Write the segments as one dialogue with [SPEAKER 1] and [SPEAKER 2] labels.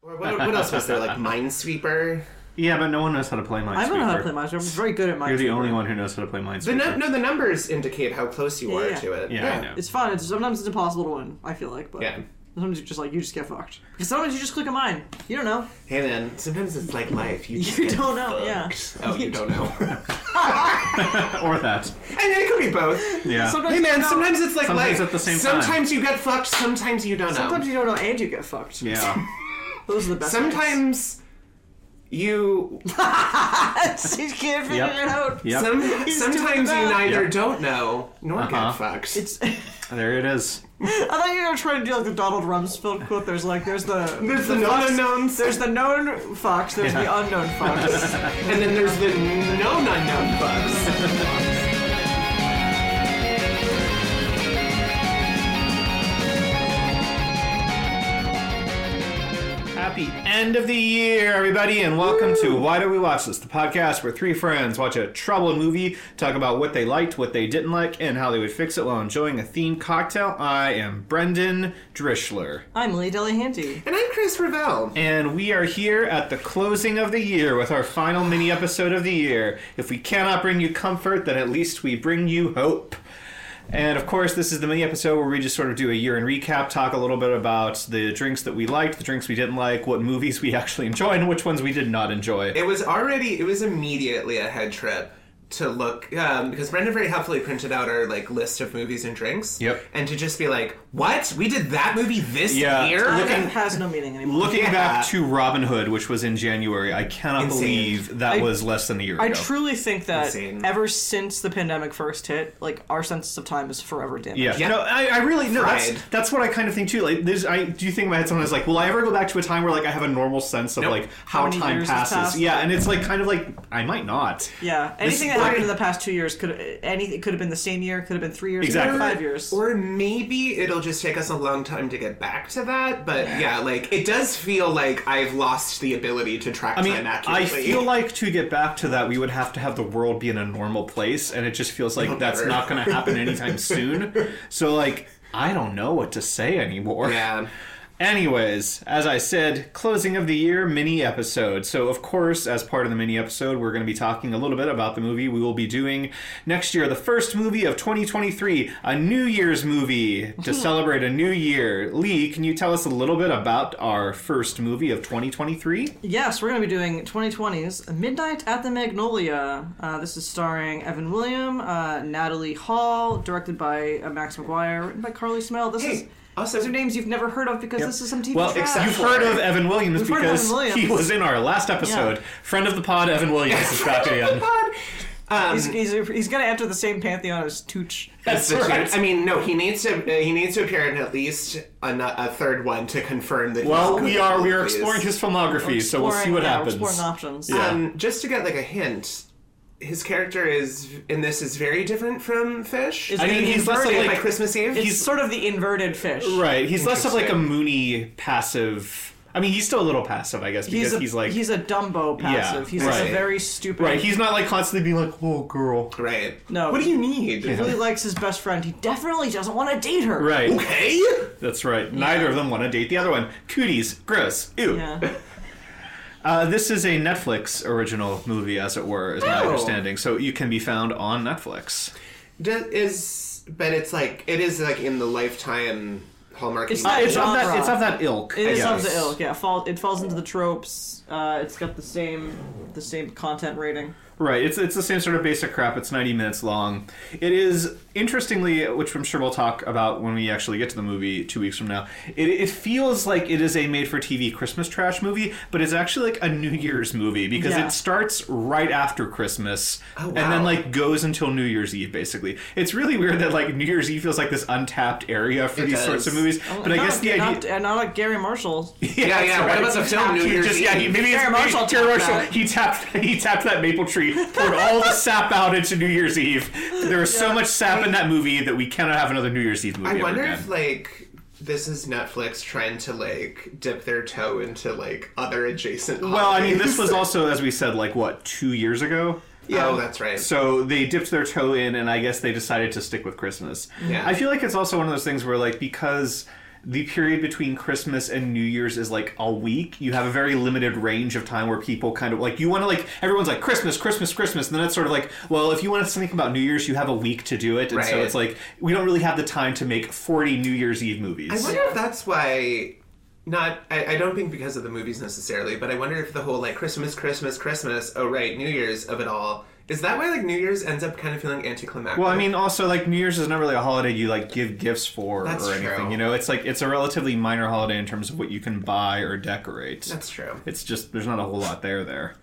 [SPEAKER 1] What, what else was there? Like Minesweeper.
[SPEAKER 2] Yeah, but no one knows how to play Minesweeper.
[SPEAKER 3] I don't know how to play Minesweeper. I'm very good at Minesweeper.
[SPEAKER 2] You're the only one who knows how to play
[SPEAKER 1] The
[SPEAKER 2] Minesweeper.
[SPEAKER 1] no, no, the numbers indicate how close you
[SPEAKER 3] Yeah,
[SPEAKER 1] are
[SPEAKER 3] yeah.
[SPEAKER 1] to it.
[SPEAKER 2] Yeah, I know.
[SPEAKER 3] It's fun. It's, sometimes it's impossible to win. I feel like, but
[SPEAKER 1] Yeah.
[SPEAKER 3] sometimes you just like you just get fucked. Because sometimes you just click a mine. You don't know.
[SPEAKER 1] Hey man, sometimes it's like life. You, just
[SPEAKER 3] You
[SPEAKER 1] get
[SPEAKER 3] don't know, yeah.
[SPEAKER 1] fucked. Oh, you don't know. and
[SPEAKER 2] or that.
[SPEAKER 1] it could be both.
[SPEAKER 2] Yeah.
[SPEAKER 3] Sometimes
[SPEAKER 1] Hey
[SPEAKER 3] you don't
[SPEAKER 1] man,
[SPEAKER 3] know.
[SPEAKER 1] sometimes it's like
[SPEAKER 2] Sometimes
[SPEAKER 1] life.
[SPEAKER 2] at the same time.
[SPEAKER 1] sometimes you get fucked. Sometimes you don't
[SPEAKER 3] Sometimes
[SPEAKER 1] know.
[SPEAKER 3] you don't know and you get fucked.
[SPEAKER 2] Yeah.
[SPEAKER 3] Those are the best.
[SPEAKER 1] Sometimes you.
[SPEAKER 3] ones. you can't figure
[SPEAKER 2] Yep.
[SPEAKER 3] it out.
[SPEAKER 2] Yep.
[SPEAKER 1] Some,
[SPEAKER 3] He's doing
[SPEAKER 1] sometimes you
[SPEAKER 3] that.
[SPEAKER 1] neither
[SPEAKER 2] Yeah.
[SPEAKER 1] don't know nor
[SPEAKER 2] Uh-huh.
[SPEAKER 1] get fucked.
[SPEAKER 3] It's. I
[SPEAKER 2] There it is.
[SPEAKER 3] thought you were trying to do like the Donald Rumsfeld quote. There's like there's the
[SPEAKER 1] there's the known unknowns,
[SPEAKER 3] there's the known fox. There's the unknown fox.
[SPEAKER 1] and then there's the known unknown bugs.
[SPEAKER 2] Happy end of the year, everybody, and welcome to Why Do We Watch This, the podcast where three friends watch a troubled movie, talk about what they liked, what they didn't like, and how they would fix it while enjoying a themed cocktail. I am Brendan Drishler.
[SPEAKER 3] I'm Lee Delahanty.
[SPEAKER 1] and I'm Chris Revell.
[SPEAKER 2] And we are here at the closing of the year with our final mini episode of the year. If we cannot bring you comfort, then at least we bring you hope. And of course, this is the mini episode where we just sort of do a year in recap, talk a little bit about the drinks that we liked, the drinks we didn't like, what movies we actually enjoyed, and which ones we did not enjoy.
[SPEAKER 1] It was already, it was immediately a head trip to look, um, because Brenda very helpfully printed out our like list of movies and drinks.
[SPEAKER 2] Yep.
[SPEAKER 1] And to just be like, what? We did that movie this
[SPEAKER 2] Yeah.
[SPEAKER 1] year?
[SPEAKER 2] Look
[SPEAKER 3] That has no meaning anymore.
[SPEAKER 2] Looking
[SPEAKER 1] Yeah.
[SPEAKER 2] back to Robin Hood, which was in January, I cannot
[SPEAKER 1] Insane.
[SPEAKER 2] believe that
[SPEAKER 3] I-
[SPEAKER 2] was less than a year
[SPEAKER 3] I
[SPEAKER 2] ago.
[SPEAKER 3] truly think that
[SPEAKER 1] Insane.
[SPEAKER 3] ever since the pandemic first hit, like our sense of time is forever damaged.
[SPEAKER 2] Yeah.
[SPEAKER 1] Yeah.
[SPEAKER 2] No, I, I really no. That's,
[SPEAKER 1] Fried.
[SPEAKER 2] that's what I kind of think too. Like, there's, I do think in my head sometimes like, will I ever go back to a time where like I have a normal sense of
[SPEAKER 1] Nope.
[SPEAKER 2] like how,
[SPEAKER 3] many
[SPEAKER 2] time
[SPEAKER 3] years has
[SPEAKER 2] passes?
[SPEAKER 3] passed?
[SPEAKER 2] Yeah, and it's like kind of like I might not.
[SPEAKER 3] Yeah. Anything that
[SPEAKER 2] like-
[SPEAKER 3] happened in the past two years could anything could have been the same year, could have been three years, could have been
[SPEAKER 2] Exactly.
[SPEAKER 3] five years.
[SPEAKER 1] Or maybe it'll just take us a long time to get back to that, but yeah, like it does feel like I've lost the ability to track
[SPEAKER 2] I mean,
[SPEAKER 1] time
[SPEAKER 2] I
[SPEAKER 1] accurately.
[SPEAKER 2] feel like to get back to that, we would have to have the world be in a normal place, and it just feels like that's
[SPEAKER 1] never.
[SPEAKER 2] not going to happen anytime soon. So like, I don't know what to say anymore.
[SPEAKER 1] Yeah.
[SPEAKER 2] Anyways, as I said, closing of the year mini episode. So, of course, as part of the mini episode, we're going to be talking a little bit about the movie we will be doing next year, the first movie of 2023, a New Year's movie
[SPEAKER 3] Hmm.
[SPEAKER 2] to celebrate a new year. Lee, can you tell us a little bit about our first movie of 2023?
[SPEAKER 3] Yes, we're going to be doing 2020's Midnight at the Magnolia. Uh, this is starring Evan William, uh, Natalie Hall, directed by uh, Max McGuire, written by Carly Smell. This is
[SPEAKER 1] Hey, also-
[SPEAKER 3] those are names you've never heard of because this is some TV
[SPEAKER 2] Well,
[SPEAKER 3] trash.
[SPEAKER 1] except-
[SPEAKER 2] you've heard of Evan Williams
[SPEAKER 3] We've heard of
[SPEAKER 2] because
[SPEAKER 3] Evan Williams.
[SPEAKER 2] he was in our last episode. Friend of the pod, Evan Williams is back again.
[SPEAKER 1] Um,
[SPEAKER 3] he's he's, he's going to enter the same pantheon as Tooch.
[SPEAKER 1] That's
[SPEAKER 2] That's
[SPEAKER 1] the
[SPEAKER 2] right.
[SPEAKER 1] truth. I mean, no, he needs to uh, he needs to appear in at least a, no- a third one to confirm that.
[SPEAKER 2] Well,
[SPEAKER 1] he's
[SPEAKER 2] we
[SPEAKER 1] good,
[SPEAKER 2] are we are
[SPEAKER 1] please.
[SPEAKER 2] exploring his filmography, so we'll see
[SPEAKER 3] Exploring-
[SPEAKER 2] what
[SPEAKER 3] yeah, we're
[SPEAKER 2] happens.
[SPEAKER 3] Exploring options.
[SPEAKER 2] Yeah.
[SPEAKER 1] Um, just to get like a hint, his character is in this is very different from Fish.
[SPEAKER 3] Is
[SPEAKER 2] I mean,
[SPEAKER 3] being
[SPEAKER 2] he's less of
[SPEAKER 1] Birthday by
[SPEAKER 2] like
[SPEAKER 1] Christmas Eve.
[SPEAKER 3] It's sort of the inverted fish.
[SPEAKER 2] Right. He's less of like a
[SPEAKER 1] Interesting.
[SPEAKER 2] Mooney passive. I mean, he's still a little passive, I guess, because
[SPEAKER 3] He's
[SPEAKER 2] he's,
[SPEAKER 3] a,
[SPEAKER 2] like
[SPEAKER 3] he's a Dumbo passive. he's like
[SPEAKER 2] right.
[SPEAKER 3] a very stupid.
[SPEAKER 2] right. He's not like constantly being like, "Oh, girl."
[SPEAKER 1] right.
[SPEAKER 3] No.
[SPEAKER 1] What do you need?
[SPEAKER 3] he really likes his best friend. He definitely doesn't want to date her.
[SPEAKER 2] Right.
[SPEAKER 1] Okay.
[SPEAKER 2] That's right. Neither of them want to date the other one. Cooties. Gross. Ew.
[SPEAKER 3] Yeah.
[SPEAKER 2] Uh, this is a Netflix original movie, as it were, is my
[SPEAKER 1] Oh.
[SPEAKER 2] understanding. So you can be found on Netflix.
[SPEAKER 1] Do, is but it's like it is like in the lifetime hallmark.
[SPEAKER 3] It's
[SPEAKER 1] email.
[SPEAKER 3] not-
[SPEAKER 2] It's of that.
[SPEAKER 3] Genre.
[SPEAKER 2] It's of that ilk.
[SPEAKER 3] It
[SPEAKER 2] I
[SPEAKER 3] is
[SPEAKER 2] guess.
[SPEAKER 3] of the ilk. Yeah, fall, it falls into the tropes. Uh, it's got the same the same content rating.
[SPEAKER 2] Right, it's it's the same sort of basic crap. It's 90 minutes long. It is interestingly, which I'm sure we'll talk about when we actually get to the movie two weeks from now. It, it feels like it is a made-for-TV Christmas trash movie, but it's actually like a New Year's movie because
[SPEAKER 3] Yeah.
[SPEAKER 2] it starts right after Christmas and then
[SPEAKER 1] Oh, wow.
[SPEAKER 2] like goes until New Year's Eve. Basically, it's really weird that like New Year's Eve feels like this untapped area for
[SPEAKER 1] It
[SPEAKER 2] these
[SPEAKER 1] does. Oh
[SPEAKER 2] sorts of movies. but I
[SPEAKER 3] Not-
[SPEAKER 2] guess the
[SPEAKER 3] not,
[SPEAKER 2] idea.
[SPEAKER 3] and not like Gary Marshall.
[SPEAKER 1] Yeah,
[SPEAKER 2] that's
[SPEAKER 1] yeah. What about the film New
[SPEAKER 2] he
[SPEAKER 1] Year's
[SPEAKER 2] just, yeah, he-
[SPEAKER 1] Eve?
[SPEAKER 2] maybe it's
[SPEAKER 3] Sarah
[SPEAKER 2] maybe
[SPEAKER 3] Marshall
[SPEAKER 2] Sarah
[SPEAKER 3] tapped
[SPEAKER 2] Marshall.
[SPEAKER 3] that.
[SPEAKER 2] He tapped he tapped that maple tree, poured all the sap out into New Year's Eve. There was so much sap in that movie that we cannot have another New Year's Eve movie.
[SPEAKER 1] I
[SPEAKER 2] ever
[SPEAKER 1] wonder
[SPEAKER 2] again.
[SPEAKER 1] if like this is Netflix trying to like dip their toe into like other adjacent.
[SPEAKER 2] well, I mean,
[SPEAKER 1] hobbies.
[SPEAKER 2] this was also, as we said, like what two years ago. Um,
[SPEAKER 1] Oh, that's right.
[SPEAKER 2] So they dipped their toe in, and I guess they decided to stick with Christmas.
[SPEAKER 1] Yeah.
[SPEAKER 2] I feel like it's also one of those things where, like, because the period between Christmas and New Year's is like a week. You have a very limited range of time where people kind of like you want to like everyone's like Christmas, Christmas, Christmas, and then it's sort of like well, if you want to think about New Year's, you have a week to do it, and so
[SPEAKER 1] Right.
[SPEAKER 2] it's like we don't really have the time to make forty New Year's Eve movies.
[SPEAKER 1] I wonder if that's why. Not, I, I don't think because of the movies necessarily, but I wonder if the whole like Christmas, Christmas, Christmas, oh right, New Year's of it all is that why like New Year's ends up kind of feeling anticlimactic.
[SPEAKER 2] Well, I mean, also like New Year's is not really a holiday you like give gifts for
[SPEAKER 1] That's
[SPEAKER 2] or anything.
[SPEAKER 1] true.
[SPEAKER 2] You know, it's like it's a relatively minor holiday in terms of what you can buy or decorate.
[SPEAKER 1] that's true.
[SPEAKER 2] It's just there's not a whole lot there there.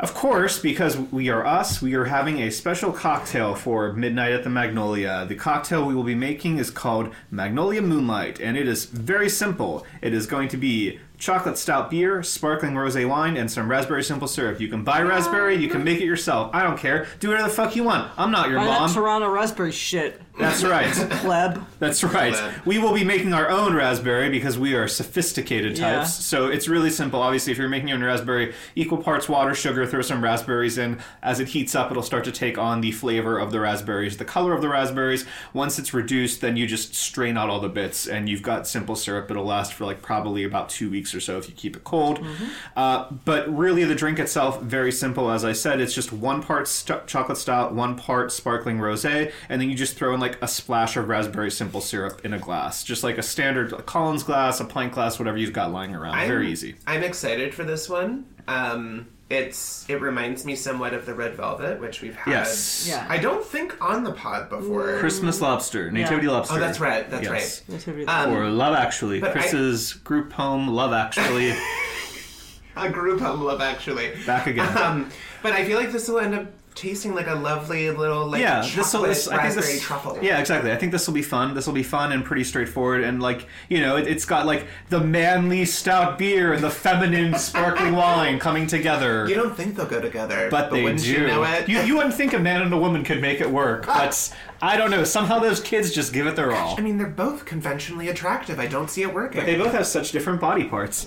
[SPEAKER 2] Of course, because we are us, we are having a special cocktail for Midnight at the Magnolia. The cocktail we will be making is called Magnolia Moonlight, and it is very simple. It is going to be chocolate stout beer, sparkling rose wine, and some raspberry simple syrup. You can buy raspberry, you can make it yourself. I don't care. Do whatever the fuck you want. I'm not your
[SPEAKER 3] Buy that
[SPEAKER 2] mom.
[SPEAKER 3] Toronto raspberry shit,
[SPEAKER 2] That's right.
[SPEAKER 3] pleb.
[SPEAKER 2] That's right.
[SPEAKER 1] Glad.
[SPEAKER 2] We will be making our own raspberry because we are sophisticated types.
[SPEAKER 3] Yeah.
[SPEAKER 2] So it's really simple. Obviously, if you're making your own raspberry, equal parts water, sugar, throw some raspberries in. As it heats up, it'll start to take on the flavor of the raspberries, the color of the raspberries. Once it's reduced, then you just strain out all the bits and you've got simple syrup. It'll last for like probably about two weeks or so if you keep it cold.
[SPEAKER 1] Mm-hmm.
[SPEAKER 2] Uh, but really, the drink itself, very simple. As I said, it's just one part st- chocolate stout, one part sparkling rose, and then you just throw in like a splash of raspberry simple syrup in a glass. Just like a standard Collins glass, a pint glass, whatever you've got lying around. very
[SPEAKER 1] I'm-
[SPEAKER 2] easy.
[SPEAKER 1] I'm excited for this one. Um, it's it reminds me somewhat of the Red Velvet, which we've had.
[SPEAKER 2] Yes.
[SPEAKER 3] Yeah.
[SPEAKER 1] I don't think on the pod before.
[SPEAKER 2] Christmas lobster, nativity
[SPEAKER 3] Yeah.
[SPEAKER 2] lobster.
[SPEAKER 1] Oh, that's right. That's
[SPEAKER 2] Yes.
[SPEAKER 3] Um,
[SPEAKER 2] Or Love Actually,
[SPEAKER 1] But I-
[SPEAKER 2] Chris's group home, Love Actually,
[SPEAKER 1] right. A group home love, actually.
[SPEAKER 2] back again.
[SPEAKER 1] Um, but I feel like this will end up tasting like a lovely little like
[SPEAKER 2] yeah,
[SPEAKER 1] chocolate
[SPEAKER 2] this will. This, I think
[SPEAKER 1] raspberry
[SPEAKER 2] this.
[SPEAKER 1] truffle.
[SPEAKER 2] Yeah, exactly. I think this will be fun. This will be fun and pretty straightforward. And like you know, it, it's got like the manly stout beer and the feminine sparkling wine coming together.
[SPEAKER 1] You don't think they'll go together,
[SPEAKER 2] but they
[SPEAKER 1] wouldn't
[SPEAKER 2] do.
[SPEAKER 1] you know it?
[SPEAKER 2] You, you wouldn't think a man and a woman could make it work, but I don't know. Somehow those kids just give it their all.
[SPEAKER 1] I mean, they're both conventionally attractive. I don't see it working.
[SPEAKER 2] They both have such different body parts.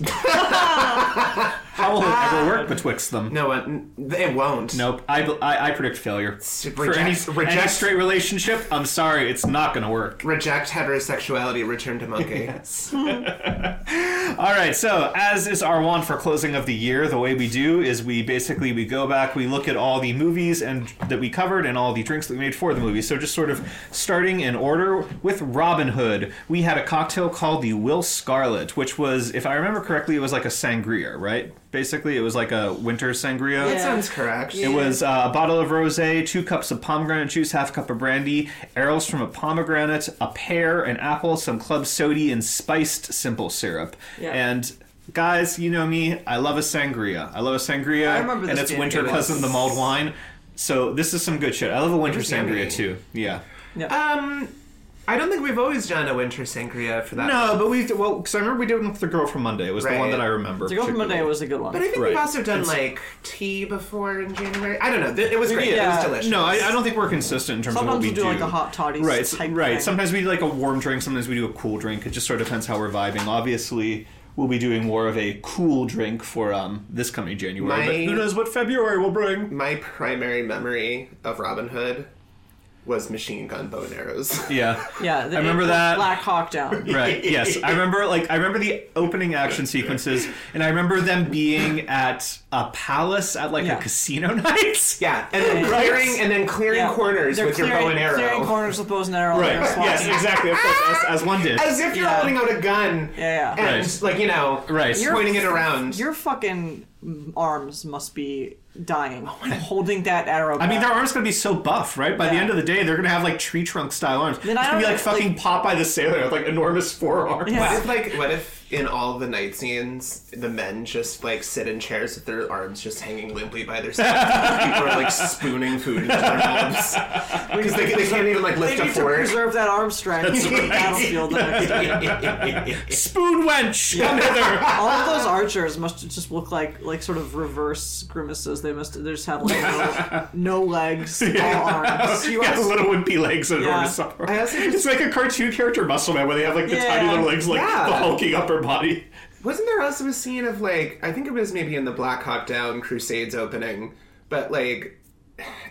[SPEAKER 2] How will it ever work betwixt them?
[SPEAKER 1] Um, no, it, it won't.
[SPEAKER 2] Nope. I, I, I predict failure. For any,
[SPEAKER 1] reject-
[SPEAKER 2] any
[SPEAKER 1] reject-
[SPEAKER 2] straight relationship, I'm sorry, it's not going to work.
[SPEAKER 1] Reject heterosexuality. Return to monkey.
[SPEAKER 2] All right, so as is our want for closing of the year, the way we do is we basically we go back, we look at all the movies and that we covered and all the drinks that we made for the movie. So just sort of starting in order with Robin Hood, we had a cocktail called the Will Scarlet, which was, if I remember correctly, it was like a sangria, right? Basically, it was like a winter sangria.
[SPEAKER 1] That sounds correct.
[SPEAKER 2] It was uh, a bottle of rosé, two cups of pomegranate juice, half cup of brandy, arrows from a pomegranate, a pear, an apple, some club soda, and spiced simple syrup.
[SPEAKER 3] Yeah.
[SPEAKER 2] And guys, you know me, I love a sangria. I love a sangria,
[SPEAKER 3] I remember
[SPEAKER 2] and
[SPEAKER 3] this
[SPEAKER 2] it's
[SPEAKER 3] being
[SPEAKER 2] winter
[SPEAKER 3] good.
[SPEAKER 2] cousin the mulled wine. So this is some good shit. I love a winter
[SPEAKER 1] was
[SPEAKER 2] sangria
[SPEAKER 1] yummy.
[SPEAKER 2] too. Yeah.
[SPEAKER 1] Um, I don't think we've always done a winter sangria for that.
[SPEAKER 2] No, but we well because I remember we did one with the girl from Monday. It was the one
[SPEAKER 1] Right.
[SPEAKER 2] that I remember.
[SPEAKER 3] the Girl from Monday was a good one.
[SPEAKER 1] uh, But I think
[SPEAKER 2] Right.
[SPEAKER 1] we've also done
[SPEAKER 2] It's-
[SPEAKER 1] like tea before in January. I don't know. Th- It was great. It
[SPEAKER 3] Yeah.
[SPEAKER 1] was delicious.
[SPEAKER 2] No, I, I don't think we're consistent in terms of what
[SPEAKER 3] Sometimes
[SPEAKER 2] we
[SPEAKER 3] we do, like a hot toddy
[SPEAKER 2] right,
[SPEAKER 3] type
[SPEAKER 2] right.
[SPEAKER 3] thing.
[SPEAKER 2] Sometimes we do like a warm drink. Sometimes we do a cool drink. It just sort of depends how we're vibing. Obviously, we'll be doing more of a cool drink for um this coming January. But
[SPEAKER 1] My-
[SPEAKER 2] who knows what February will bring?
[SPEAKER 1] My primary memory of Robin Hood was machine gun bow and arrows.
[SPEAKER 2] Yeah.
[SPEAKER 3] yeah, the,
[SPEAKER 2] I remember that.
[SPEAKER 3] Black Hawk Down.
[SPEAKER 2] Right. Yes, I remember. Like I remember the opening action sequences, and I remember them being at a palace at like
[SPEAKER 3] Yeah.
[SPEAKER 2] a casino night.
[SPEAKER 1] yeah, and then
[SPEAKER 3] Yeah.
[SPEAKER 1] clearing and then clearing
[SPEAKER 3] Yeah.
[SPEAKER 1] corners
[SPEAKER 3] They're
[SPEAKER 1] with your bow
[SPEAKER 3] clearing-
[SPEAKER 1] and arrow.
[SPEAKER 3] Clearing corners with bows and arrow.
[SPEAKER 2] Right.
[SPEAKER 3] and they're
[SPEAKER 2] Yes.
[SPEAKER 3] swatting.
[SPEAKER 2] Exactly. Of course, as, as one did.
[SPEAKER 1] As if you're
[SPEAKER 3] Yeah.
[SPEAKER 1] holding out a gun.
[SPEAKER 3] Yeah, yeah.
[SPEAKER 1] And
[SPEAKER 2] Right.
[SPEAKER 1] like you know,
[SPEAKER 2] Right. You're-
[SPEAKER 1] pointing it around.
[SPEAKER 3] Your fucking arms must be dying
[SPEAKER 1] Oh
[SPEAKER 3] holding that arrow.
[SPEAKER 2] I
[SPEAKER 3] Back.
[SPEAKER 2] mean, their arms gonna be so buff, right? By the
[SPEAKER 3] Yeah.
[SPEAKER 2] end of the day, they're gonna have like tree trunk style arms.
[SPEAKER 3] Then
[SPEAKER 2] it's
[SPEAKER 3] I
[SPEAKER 2] gonna be
[SPEAKER 3] don't-
[SPEAKER 2] like fucking Popeye the Sailor with like enormous forearms.
[SPEAKER 3] Yeah.
[SPEAKER 1] What if like what if in all the night scenes the men just like sit in chairs with their arms just hanging limply by their sides? and People are like spooning food into their mouths because they, they can't even like
[SPEAKER 3] they
[SPEAKER 1] lift a
[SPEAKER 3] need to
[SPEAKER 1] fork.
[SPEAKER 3] preserve that arm strength for the
[SPEAKER 2] right.
[SPEAKER 3] battlefield. the next day.
[SPEAKER 2] Spoon wench, come hither.
[SPEAKER 3] All of those archers must just look like like sort of reverse grimaces. They must they just have like no, no legs, all arms. You
[SPEAKER 2] Yeah,
[SPEAKER 3] are
[SPEAKER 2] little wimpy legs and enormous
[SPEAKER 3] Yeah.
[SPEAKER 2] arms.
[SPEAKER 1] I also just-
[SPEAKER 2] It's like a cartoon character muscle man where they have like the tiny
[SPEAKER 3] Yeah.
[SPEAKER 2] little legs, like
[SPEAKER 1] Yeah.
[SPEAKER 2] the hulking upper body.
[SPEAKER 1] Wasn't there also a scene of like I think it was maybe in the Black Hawk Down Crusades opening, but E like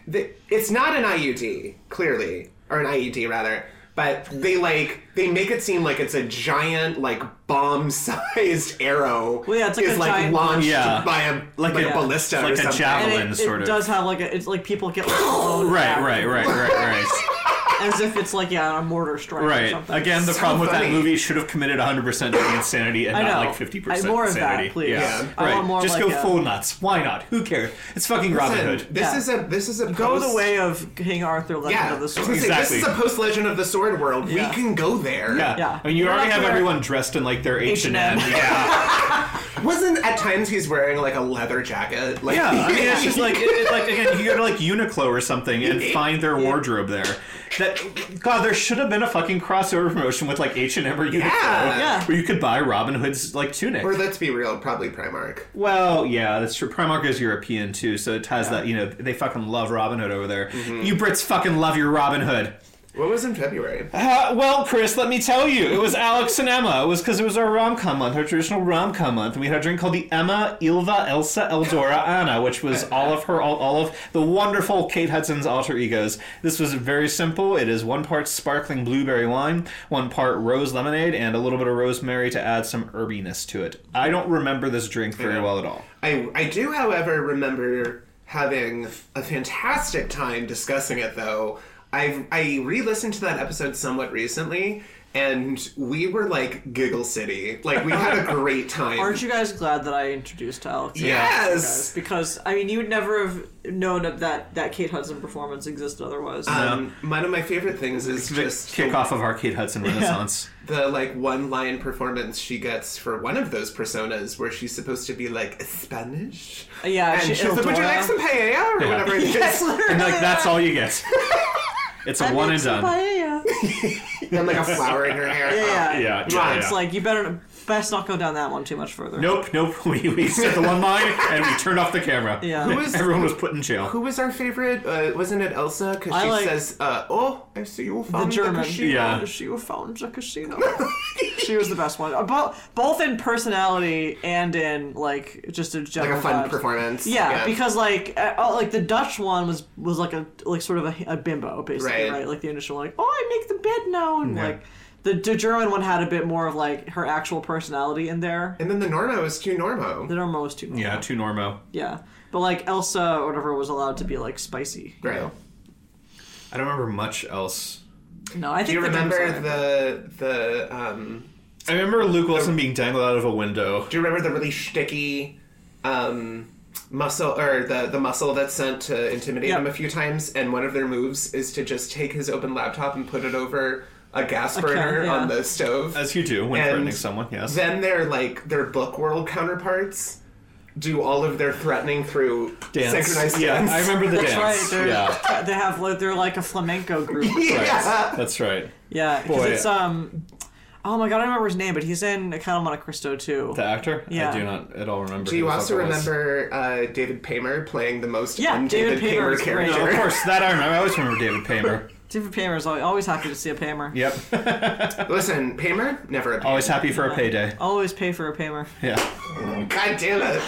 [SPEAKER 1] the, it's not an IUD clearly or an IED E rather, But they like they make it seem like it's a giant like bomb sized arrow
[SPEAKER 3] Well, yeah, it's like
[SPEAKER 1] is
[SPEAKER 3] a
[SPEAKER 1] like
[SPEAKER 3] giant-
[SPEAKER 1] launched
[SPEAKER 2] Yeah.
[SPEAKER 1] by a like, a,
[SPEAKER 2] a-
[SPEAKER 1] ballista
[SPEAKER 2] like
[SPEAKER 1] or
[SPEAKER 2] a
[SPEAKER 1] something.
[SPEAKER 2] javelin.
[SPEAKER 3] And
[SPEAKER 2] Evelyn,
[SPEAKER 3] it,
[SPEAKER 2] sort
[SPEAKER 3] it
[SPEAKER 2] of.
[SPEAKER 3] does have like a, it's like people get like blown
[SPEAKER 2] Right,
[SPEAKER 3] back
[SPEAKER 2] right, right, right, right.
[SPEAKER 3] as if it's like yeah a mortar strike or
[SPEAKER 2] Right.
[SPEAKER 3] something.
[SPEAKER 2] Again, the
[SPEAKER 1] So
[SPEAKER 2] problem with that
[SPEAKER 1] funny.
[SPEAKER 2] movie should have committed 100% to the insanity and
[SPEAKER 3] I know.
[SPEAKER 2] not like 50%
[SPEAKER 3] I- more of that,
[SPEAKER 2] sanity.
[SPEAKER 3] please.
[SPEAKER 2] Yeah.
[SPEAKER 1] Yeah.
[SPEAKER 3] I
[SPEAKER 2] Right.
[SPEAKER 3] want more
[SPEAKER 2] Just
[SPEAKER 3] like
[SPEAKER 2] go
[SPEAKER 3] a-
[SPEAKER 2] full nuts. Why not? Who cares? It's fucking Robin
[SPEAKER 1] Listen,
[SPEAKER 2] Hood.
[SPEAKER 1] This
[SPEAKER 3] Yeah.
[SPEAKER 1] is a this is a
[SPEAKER 3] Go
[SPEAKER 1] post-
[SPEAKER 3] the way of King Arthur, Legend
[SPEAKER 1] Yeah,
[SPEAKER 3] of
[SPEAKER 1] I
[SPEAKER 3] the
[SPEAKER 1] was gonna
[SPEAKER 3] Sword.
[SPEAKER 1] say,
[SPEAKER 2] Exactly.
[SPEAKER 1] this is a post Legend of the Sword world.
[SPEAKER 3] Yeah.
[SPEAKER 1] We can go there.
[SPEAKER 2] Yeah.
[SPEAKER 3] Yeah.
[SPEAKER 2] I mean, you
[SPEAKER 3] You're
[SPEAKER 2] already
[SPEAKER 3] not
[SPEAKER 2] have
[SPEAKER 3] gonna-
[SPEAKER 2] everyone dressed in like their H and M.
[SPEAKER 3] H&M.
[SPEAKER 2] Yeah.
[SPEAKER 1] Wasn't at times he's wearing like a leather jacket. Like,
[SPEAKER 2] Yeah. I mean, it's just like, it, it- like again, you go to like Uniqlo or something and find their wardrobe there. That God, there should have been a fucking crossover promotion with like H and M or Uniqlo,
[SPEAKER 1] Yeah.
[SPEAKER 2] where you could buy Robin Hood's like tunic.
[SPEAKER 1] or let's be real, probably Primark.
[SPEAKER 2] Well, yeah, that's true. Primark is European too, so it has that. You know, they fucking love Robin Hood over there. You Brits fucking love your Robin Hood.
[SPEAKER 1] What was in February?
[SPEAKER 2] Uh, well, Chris, let me tell you, it was Alex and Emma. It was because it was our rom com month, our traditional rom com month, and we had a drink called the Emma Ilva Elsa Eldora Anna, which was all of her, all, all of the wonderful Kate Hudson's alter egos. This was very simple. It is one part sparkling blueberry wine, one part rose lemonade, and a little bit of rosemary to add some herbiness to it. I don't remember this drink very well at all.
[SPEAKER 1] I I do, however, remember having a fantastic time discussing it. Though I I re-listened to that episode somewhat recently, and we were like giggle city. Like we had a great time.
[SPEAKER 3] Aren't you guys glad that I introduced Alex?
[SPEAKER 1] Yes.
[SPEAKER 3] You guys? Because I mean, you would never have known of that that Kate Hudson performance existed otherwise.
[SPEAKER 1] Um, one of my favorite things is just
[SPEAKER 2] Kick off of Arcade Hudson Renaissance.
[SPEAKER 1] the like one line performance she gets for one of those personas where she's supposed to be like Spanish.
[SPEAKER 3] Yeah,
[SPEAKER 1] and
[SPEAKER 3] she-
[SPEAKER 1] she's like, "Would you
[SPEAKER 3] Eldora."
[SPEAKER 1] like some paella or whatever it is?"
[SPEAKER 2] And like that's all you get. It's a
[SPEAKER 3] I
[SPEAKER 2] one
[SPEAKER 3] make
[SPEAKER 2] and
[SPEAKER 3] some
[SPEAKER 2] done.
[SPEAKER 3] paella.
[SPEAKER 1] and like a flower in her hair.
[SPEAKER 3] Yeah.
[SPEAKER 2] Yeah, yeah,
[SPEAKER 1] Yeah,
[SPEAKER 2] yeah.
[SPEAKER 3] It's like you better best not go down that one too much further.
[SPEAKER 2] nope, nope. We, we said the one line and we turned off the camera.
[SPEAKER 3] Yeah.
[SPEAKER 1] Who is-
[SPEAKER 2] Everyone was put in jail.
[SPEAKER 1] Who was our favorite? Uh, wasn't it Elsa? Because
[SPEAKER 3] I
[SPEAKER 1] she
[SPEAKER 3] like-
[SPEAKER 1] says, uh, "Oh, I see you
[SPEAKER 3] The
[SPEAKER 1] found the,
[SPEAKER 3] German.
[SPEAKER 1] casino."
[SPEAKER 2] Yeah.
[SPEAKER 3] She who found the casino. she was the best one. Both, both in personality and in like just a
[SPEAKER 1] Like
[SPEAKER 3] general
[SPEAKER 1] a fun
[SPEAKER 3] vibes.
[SPEAKER 1] performance.
[SPEAKER 3] Yeah, because like uh, oh, like the Dutch one was was like a like sort of a, a bimbo basically, right.
[SPEAKER 1] Right.
[SPEAKER 3] Like the initial like oh I make the bed now and like the, the German one had a bit more of like her actual personality in there.
[SPEAKER 1] and then the Norma was too Normo.
[SPEAKER 3] The normal was too
[SPEAKER 2] Yeah, two normo.
[SPEAKER 3] yeah, but like Elsa or whatever was allowed to be like spicy.
[SPEAKER 1] Right.
[SPEAKER 2] I don't remember much else.
[SPEAKER 3] No, I think
[SPEAKER 1] Do you
[SPEAKER 3] the Germans
[SPEAKER 1] remember
[SPEAKER 3] are-
[SPEAKER 1] the the um?
[SPEAKER 2] I remember Luke Wilson being dangled out of a window.
[SPEAKER 1] Do you remember the really shticky um, muscle or the the muscle that's sent to intimidate
[SPEAKER 3] Yeah.
[SPEAKER 1] him a few times? And one of their moves is to just take his open laptop and put it over a gas burner
[SPEAKER 3] yeah.
[SPEAKER 1] on the stove.
[SPEAKER 2] As you do when
[SPEAKER 1] And
[SPEAKER 2] threatening someone, yes.
[SPEAKER 1] Then their like their book world counterparts do all of their threatening through synchronized
[SPEAKER 2] Yeah,
[SPEAKER 1] dance.
[SPEAKER 2] I remember the
[SPEAKER 3] That's
[SPEAKER 2] dance.
[SPEAKER 3] right. They're,
[SPEAKER 2] Yeah.
[SPEAKER 3] they have like they're like a flamenco group.
[SPEAKER 1] Yeah.
[SPEAKER 2] That's right.
[SPEAKER 3] Yeah, because
[SPEAKER 2] Boy.
[SPEAKER 3] it's um, oh my god, I don't remember his name, but he's in Count of Monte Cristo too.
[SPEAKER 2] The actor?
[SPEAKER 3] Yeah.
[SPEAKER 2] I do not at all remember.
[SPEAKER 1] Do
[SPEAKER 2] who
[SPEAKER 1] you
[SPEAKER 2] the fuck
[SPEAKER 1] also
[SPEAKER 2] it was.
[SPEAKER 1] remember uh, David Paymer playing the most
[SPEAKER 3] Yeah,
[SPEAKER 1] un-David
[SPEAKER 3] David Paymer
[SPEAKER 1] Paymer,
[SPEAKER 3] is great.
[SPEAKER 2] No,
[SPEAKER 1] character?
[SPEAKER 2] of course, that I remember. I always remember David Paymer.
[SPEAKER 3] David Paymer's always, always happy to see a Paymer.
[SPEAKER 2] Yep.
[SPEAKER 1] Listen, Paymer never appeared.
[SPEAKER 2] Always happy for a payday.
[SPEAKER 3] Always pay for a Paymer.
[SPEAKER 2] Yeah.
[SPEAKER 1] God damn it.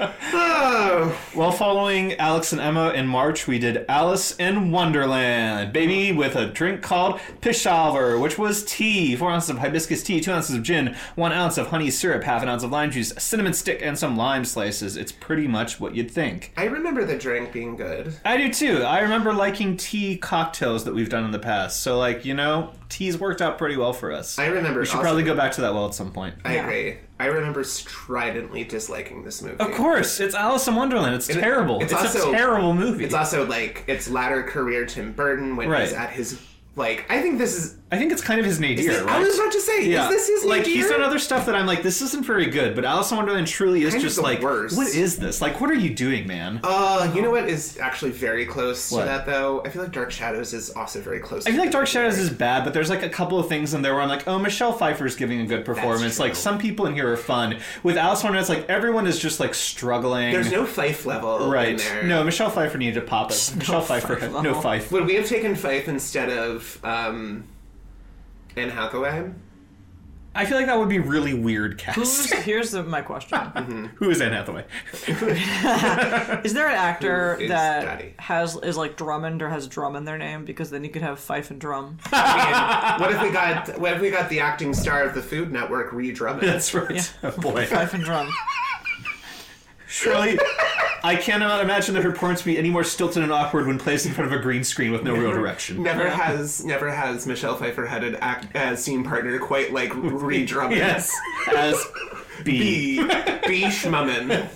[SPEAKER 1] oh.
[SPEAKER 2] Well, following Alex and Emma in March, we did Alice in Wonderland, baby, with a drink called Peshawar, which was tea, four ounces of hibiscus tea, two ounces of gin, one ounce of honey syrup, half an ounce of lime juice, a cinnamon stick, and some lime slices. It's pretty much what you'd think.
[SPEAKER 1] I remember the drink being good.
[SPEAKER 2] I do too. I remember liking tea cocktails that we've done in the past. So, like, you know, tea's worked out pretty well for us.
[SPEAKER 1] I remember.
[SPEAKER 2] we should probably go back to that well at some point.
[SPEAKER 1] I agree. I remember stridently disliking this movie.
[SPEAKER 2] Of course, it's Alice in Wonderland. It's
[SPEAKER 1] it-
[SPEAKER 2] terrible. It's,
[SPEAKER 1] it's
[SPEAKER 2] a
[SPEAKER 1] also-
[SPEAKER 2] terrible movie.
[SPEAKER 1] It's also like its latter career Tim Burton when
[SPEAKER 2] Right.
[SPEAKER 1] he's at his like I think this is
[SPEAKER 2] I think it's kind of his nadir, right?
[SPEAKER 1] I was about to say, is
[SPEAKER 2] Yeah.
[SPEAKER 1] this his
[SPEAKER 2] like
[SPEAKER 1] nadir?
[SPEAKER 2] he's done other stuff that I'm like, this isn't very good, but Alice in Wonderland truly is
[SPEAKER 1] Kind of
[SPEAKER 2] just
[SPEAKER 1] the
[SPEAKER 2] like
[SPEAKER 1] worst.
[SPEAKER 2] what is this? Like what are you doing, man?
[SPEAKER 1] Uh, you know what is actually very close
[SPEAKER 2] What?
[SPEAKER 1] to that though? I feel like Dark Shadows is also very close.
[SPEAKER 2] I
[SPEAKER 1] to
[SPEAKER 2] feel like
[SPEAKER 1] that.
[SPEAKER 2] Dark Shadows is bad, but there's like a couple of things in there where I'm like, oh, Michelle Pfeiffer's giving a good performance.
[SPEAKER 1] true.
[SPEAKER 2] Like some people in here are fun. With Alice in Wonderland, it's like everyone is just like struggling.
[SPEAKER 1] There's no Fife level in
[SPEAKER 2] right.
[SPEAKER 1] there.
[SPEAKER 2] No, Michelle Pfeiffer needed to pop it. Michelle Pfeiffer,
[SPEAKER 3] Fife level.
[SPEAKER 2] no Fife.
[SPEAKER 1] Would we have taken Fife instead of um, Anne Hathaway?
[SPEAKER 2] I feel like that would be really weird
[SPEAKER 3] Who's
[SPEAKER 2] cast.
[SPEAKER 3] here's the, my
[SPEAKER 1] Mm-hmm.
[SPEAKER 3] question:
[SPEAKER 2] Who is Anne Hathaway?
[SPEAKER 3] Is there an actor
[SPEAKER 1] Who is
[SPEAKER 3] that
[SPEAKER 1] Daddy?
[SPEAKER 3] has is like Drummond or has Drum in their name? Because then you could have Fife and Drum.
[SPEAKER 1] I mean, what if we got what if we got the acting star of the Food Network, Reed Drummond?
[SPEAKER 2] That's right. Oh, boy.
[SPEAKER 3] Fife and Drum.
[SPEAKER 2] Surely, I cannot imagine that her porn to be any more stilted and awkward when placed in front of a green screen with no real direction.
[SPEAKER 1] Never has never has Michelle Pfeiffer had an act, uh, scene partner quite like Reed Drummond.
[SPEAKER 2] Yes, as
[SPEAKER 1] B.
[SPEAKER 2] B.
[SPEAKER 1] B. Schmumman.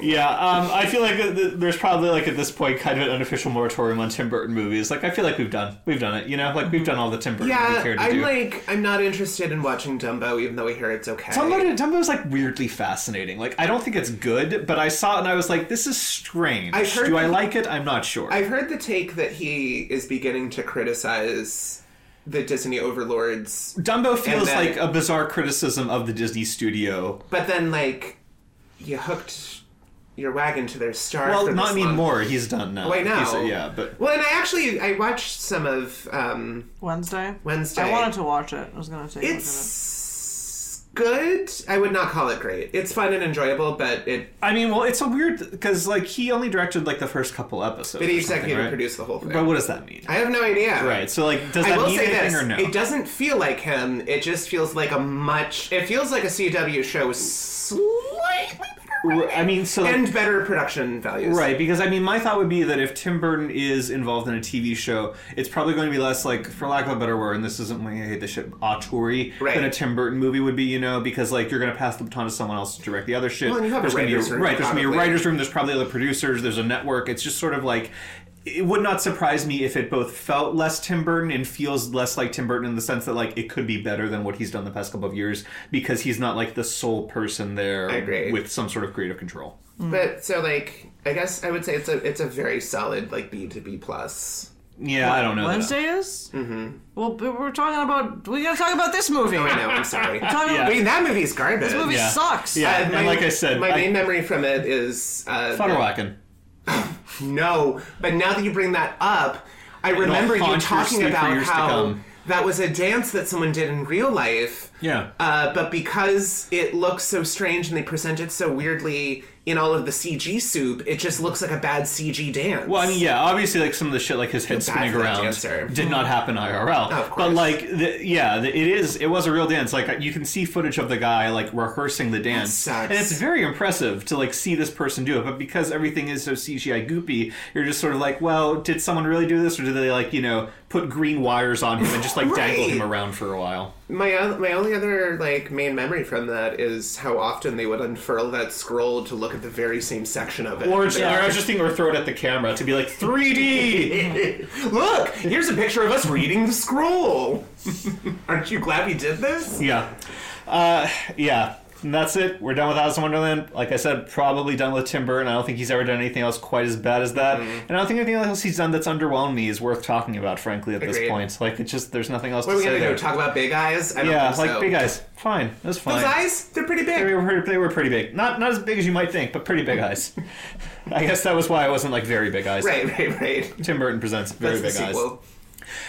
[SPEAKER 2] Yeah, um, I feel like th- th- there's probably like at this point kind of an unofficial moratorium on Tim Burton movies. Like I feel like we've done, we've done it. You know, like we've done all the Tim Burton we
[SPEAKER 1] Yeah,
[SPEAKER 2] care to
[SPEAKER 1] I'm
[SPEAKER 2] do.
[SPEAKER 1] like I'm not interested in watching Dumbo, even though I hear it's okay.
[SPEAKER 2] Dumbo, Dumbo's like weirdly fascinating. Like I don't think it's good, but I saw it and I was like, this is strange.
[SPEAKER 1] I've heard-
[SPEAKER 2] Do I like it? I'm not sure.
[SPEAKER 1] I've heard the take that he is beginning to criticize the Disney overlords,
[SPEAKER 2] Dumbo feels
[SPEAKER 1] then-
[SPEAKER 2] like a bizarre criticism of the Disney studio
[SPEAKER 1] but then like you hooked your wagon to their star.
[SPEAKER 2] Well,
[SPEAKER 1] for
[SPEAKER 2] not
[SPEAKER 1] this
[SPEAKER 2] me
[SPEAKER 1] long.
[SPEAKER 2] more. He's done now.
[SPEAKER 1] Right now,
[SPEAKER 2] He's- yeah, but
[SPEAKER 1] well, and I actually I watched some of um,
[SPEAKER 3] Wednesday.
[SPEAKER 1] Wednesday.
[SPEAKER 3] I wanted to watch it. I was gonna take. a look at it.
[SPEAKER 1] It's good. I would not call it great. It's fun and enjoyable, but it.
[SPEAKER 2] I mean, well, it's a weird because like he only directed like the first couple episodes.
[SPEAKER 1] But
[SPEAKER 2] or
[SPEAKER 1] he
[SPEAKER 2] something,
[SPEAKER 1] executive
[SPEAKER 2] right?
[SPEAKER 1] produced the whole thing.
[SPEAKER 2] But what does that mean?
[SPEAKER 1] I have no idea.
[SPEAKER 2] Right. So like, does
[SPEAKER 1] I
[SPEAKER 2] that
[SPEAKER 1] will
[SPEAKER 2] mean
[SPEAKER 1] say
[SPEAKER 2] anything
[SPEAKER 1] this:
[SPEAKER 2] or no?
[SPEAKER 1] it doesn't feel like him. It just feels like a much. It feels like a CW show, slightly better
[SPEAKER 2] R- I mean, so like,
[SPEAKER 1] and better production values.
[SPEAKER 2] right because I mean, my thought would be that if Tim Burton is involved in a TV show, it's probably going to be less like, for lack of a better word, and this isn't my I hate this shit, auteur-y
[SPEAKER 1] Right.
[SPEAKER 2] than a Tim Burton movie would be. You know, because like you're going to pass the baton to someone else to direct the other shit.
[SPEAKER 1] Well, and you have a
[SPEAKER 2] there's gonna be
[SPEAKER 1] writer's room,
[SPEAKER 2] right. There's going to be a
[SPEAKER 1] probably.
[SPEAKER 2] writers' room. There's probably other producers. There's a network. It's just sort of like. It would not surprise me if it both felt less Tim Burton and feels less like Tim Burton in the sense that like it could be better than what he's done the past couple of years because he's not like the sole person there
[SPEAKER 1] agree.
[SPEAKER 2] with some sort of creative control.
[SPEAKER 3] Mm.
[SPEAKER 1] But so like, I guess I would say it's a it's a very solid like B to B plus.
[SPEAKER 2] Yeah, I don't know. that.
[SPEAKER 3] Wednesday is. Mm-hmm. Well, but we're talking about. We gotta talk about this movie.
[SPEAKER 1] I know. Oh, I'm sorry. I
[SPEAKER 3] Talking about-
[SPEAKER 1] mean that movie's garbage.
[SPEAKER 3] This movie
[SPEAKER 2] Yeah.
[SPEAKER 3] sucks.
[SPEAKER 2] Yeah.
[SPEAKER 1] Uh,
[SPEAKER 2] And like I said,
[SPEAKER 1] my
[SPEAKER 2] I-
[SPEAKER 1] main memory from it is uh,
[SPEAKER 2] Fuddlewacken.
[SPEAKER 1] No, but now that you bring that up, I remember you
[SPEAKER 2] haunt your sleep
[SPEAKER 1] talking
[SPEAKER 2] for
[SPEAKER 1] about
[SPEAKER 2] years to
[SPEAKER 1] how
[SPEAKER 2] come.
[SPEAKER 1] that was a dance that someone did in real life.
[SPEAKER 2] Yeah.
[SPEAKER 1] Uh, but because it looks so strange and they present it so weirdly in all of the CG soup, it just looks like a bad CG dance.
[SPEAKER 2] Well, I mean, yeah, obviously, like some of the shit, like his head spinning
[SPEAKER 1] for that
[SPEAKER 2] around,
[SPEAKER 1] dancer.
[SPEAKER 2] did not happen IRL.
[SPEAKER 1] Of course.
[SPEAKER 2] But like, the, yeah, the, it is. It was a real dance. Like you can see footage of the guy like rehearsing the dance,
[SPEAKER 1] sucks.
[SPEAKER 2] and it's very impressive to like see this person do it. But because everything is so CGI goopy, you're just sort of like, well, did someone really do this, or did they like you know put green wires on him and just like dangle
[SPEAKER 1] Right.
[SPEAKER 2] him around for a while?
[SPEAKER 1] my o- my only other like main memory from that is how often they would unfurl that scroll to look at the very same section of it.
[SPEAKER 2] Or, just, or I was just thinking, or throw it at the camera to be like 3D.
[SPEAKER 1] look, here's a picture of us reading the scroll. Aren't you glad we did this?
[SPEAKER 2] Yeah. Uh, yeah. And that's it. We're done with Alice in Wonderland. Like I said, probably done with Tim Burton. I don't think he's ever done anything else quite as bad as that.
[SPEAKER 1] Mm-hmm.
[SPEAKER 2] And I don't think anything else he's done that's underwhelmed me is worth talking about, frankly, at this
[SPEAKER 1] Agreed.
[SPEAKER 2] point. Like, it's just, there's nothing else
[SPEAKER 1] What are
[SPEAKER 2] to
[SPEAKER 1] we
[SPEAKER 2] say
[SPEAKER 1] gonna
[SPEAKER 2] there.
[SPEAKER 1] do? Talk about big eyes? I don't
[SPEAKER 2] yeah,
[SPEAKER 1] think
[SPEAKER 2] like,
[SPEAKER 1] so.
[SPEAKER 2] big eyes. Fine. That's fine.
[SPEAKER 1] Those eyes, they're pretty big.
[SPEAKER 2] They were, pretty, they were pretty big. Not not as big as you might think, but pretty big eyes. I guess that was why I wasn't like very big eyes.
[SPEAKER 1] Right, right, right.
[SPEAKER 2] Tim Burton presents very
[SPEAKER 1] That's the
[SPEAKER 2] big eyes.
[SPEAKER 1] sequel.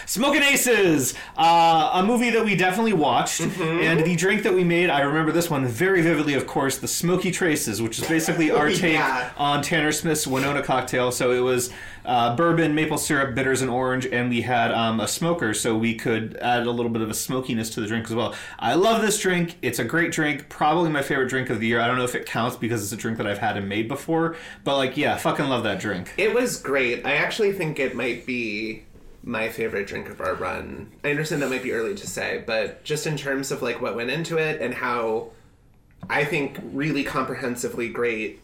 [SPEAKER 2] Smoking Aces, uh, a movie that we definitely watched,
[SPEAKER 1] Mm-hmm.
[SPEAKER 2] and the drink that we made. I remember this one very vividly, of course, the Smoky Traces, which is basically our take
[SPEAKER 1] Yeah.
[SPEAKER 2] on Tanner Smith's Winona cocktail. So it was uh, bourbon, maple syrup, bitters, and orange, and we had um, a smoker, so we could add a little bit of a smokiness to the drink as well. I love this drink. It's a great drink, probably my favorite drink of the year. I don't know if it counts because it's a drink that I've had and made before, but like, yeah, fucking love that drink.
[SPEAKER 1] It was great. I actually think it might be my favorite drink of our run. I understand that might be early to say, but just in terms of like what went into it and how I think really comprehensively great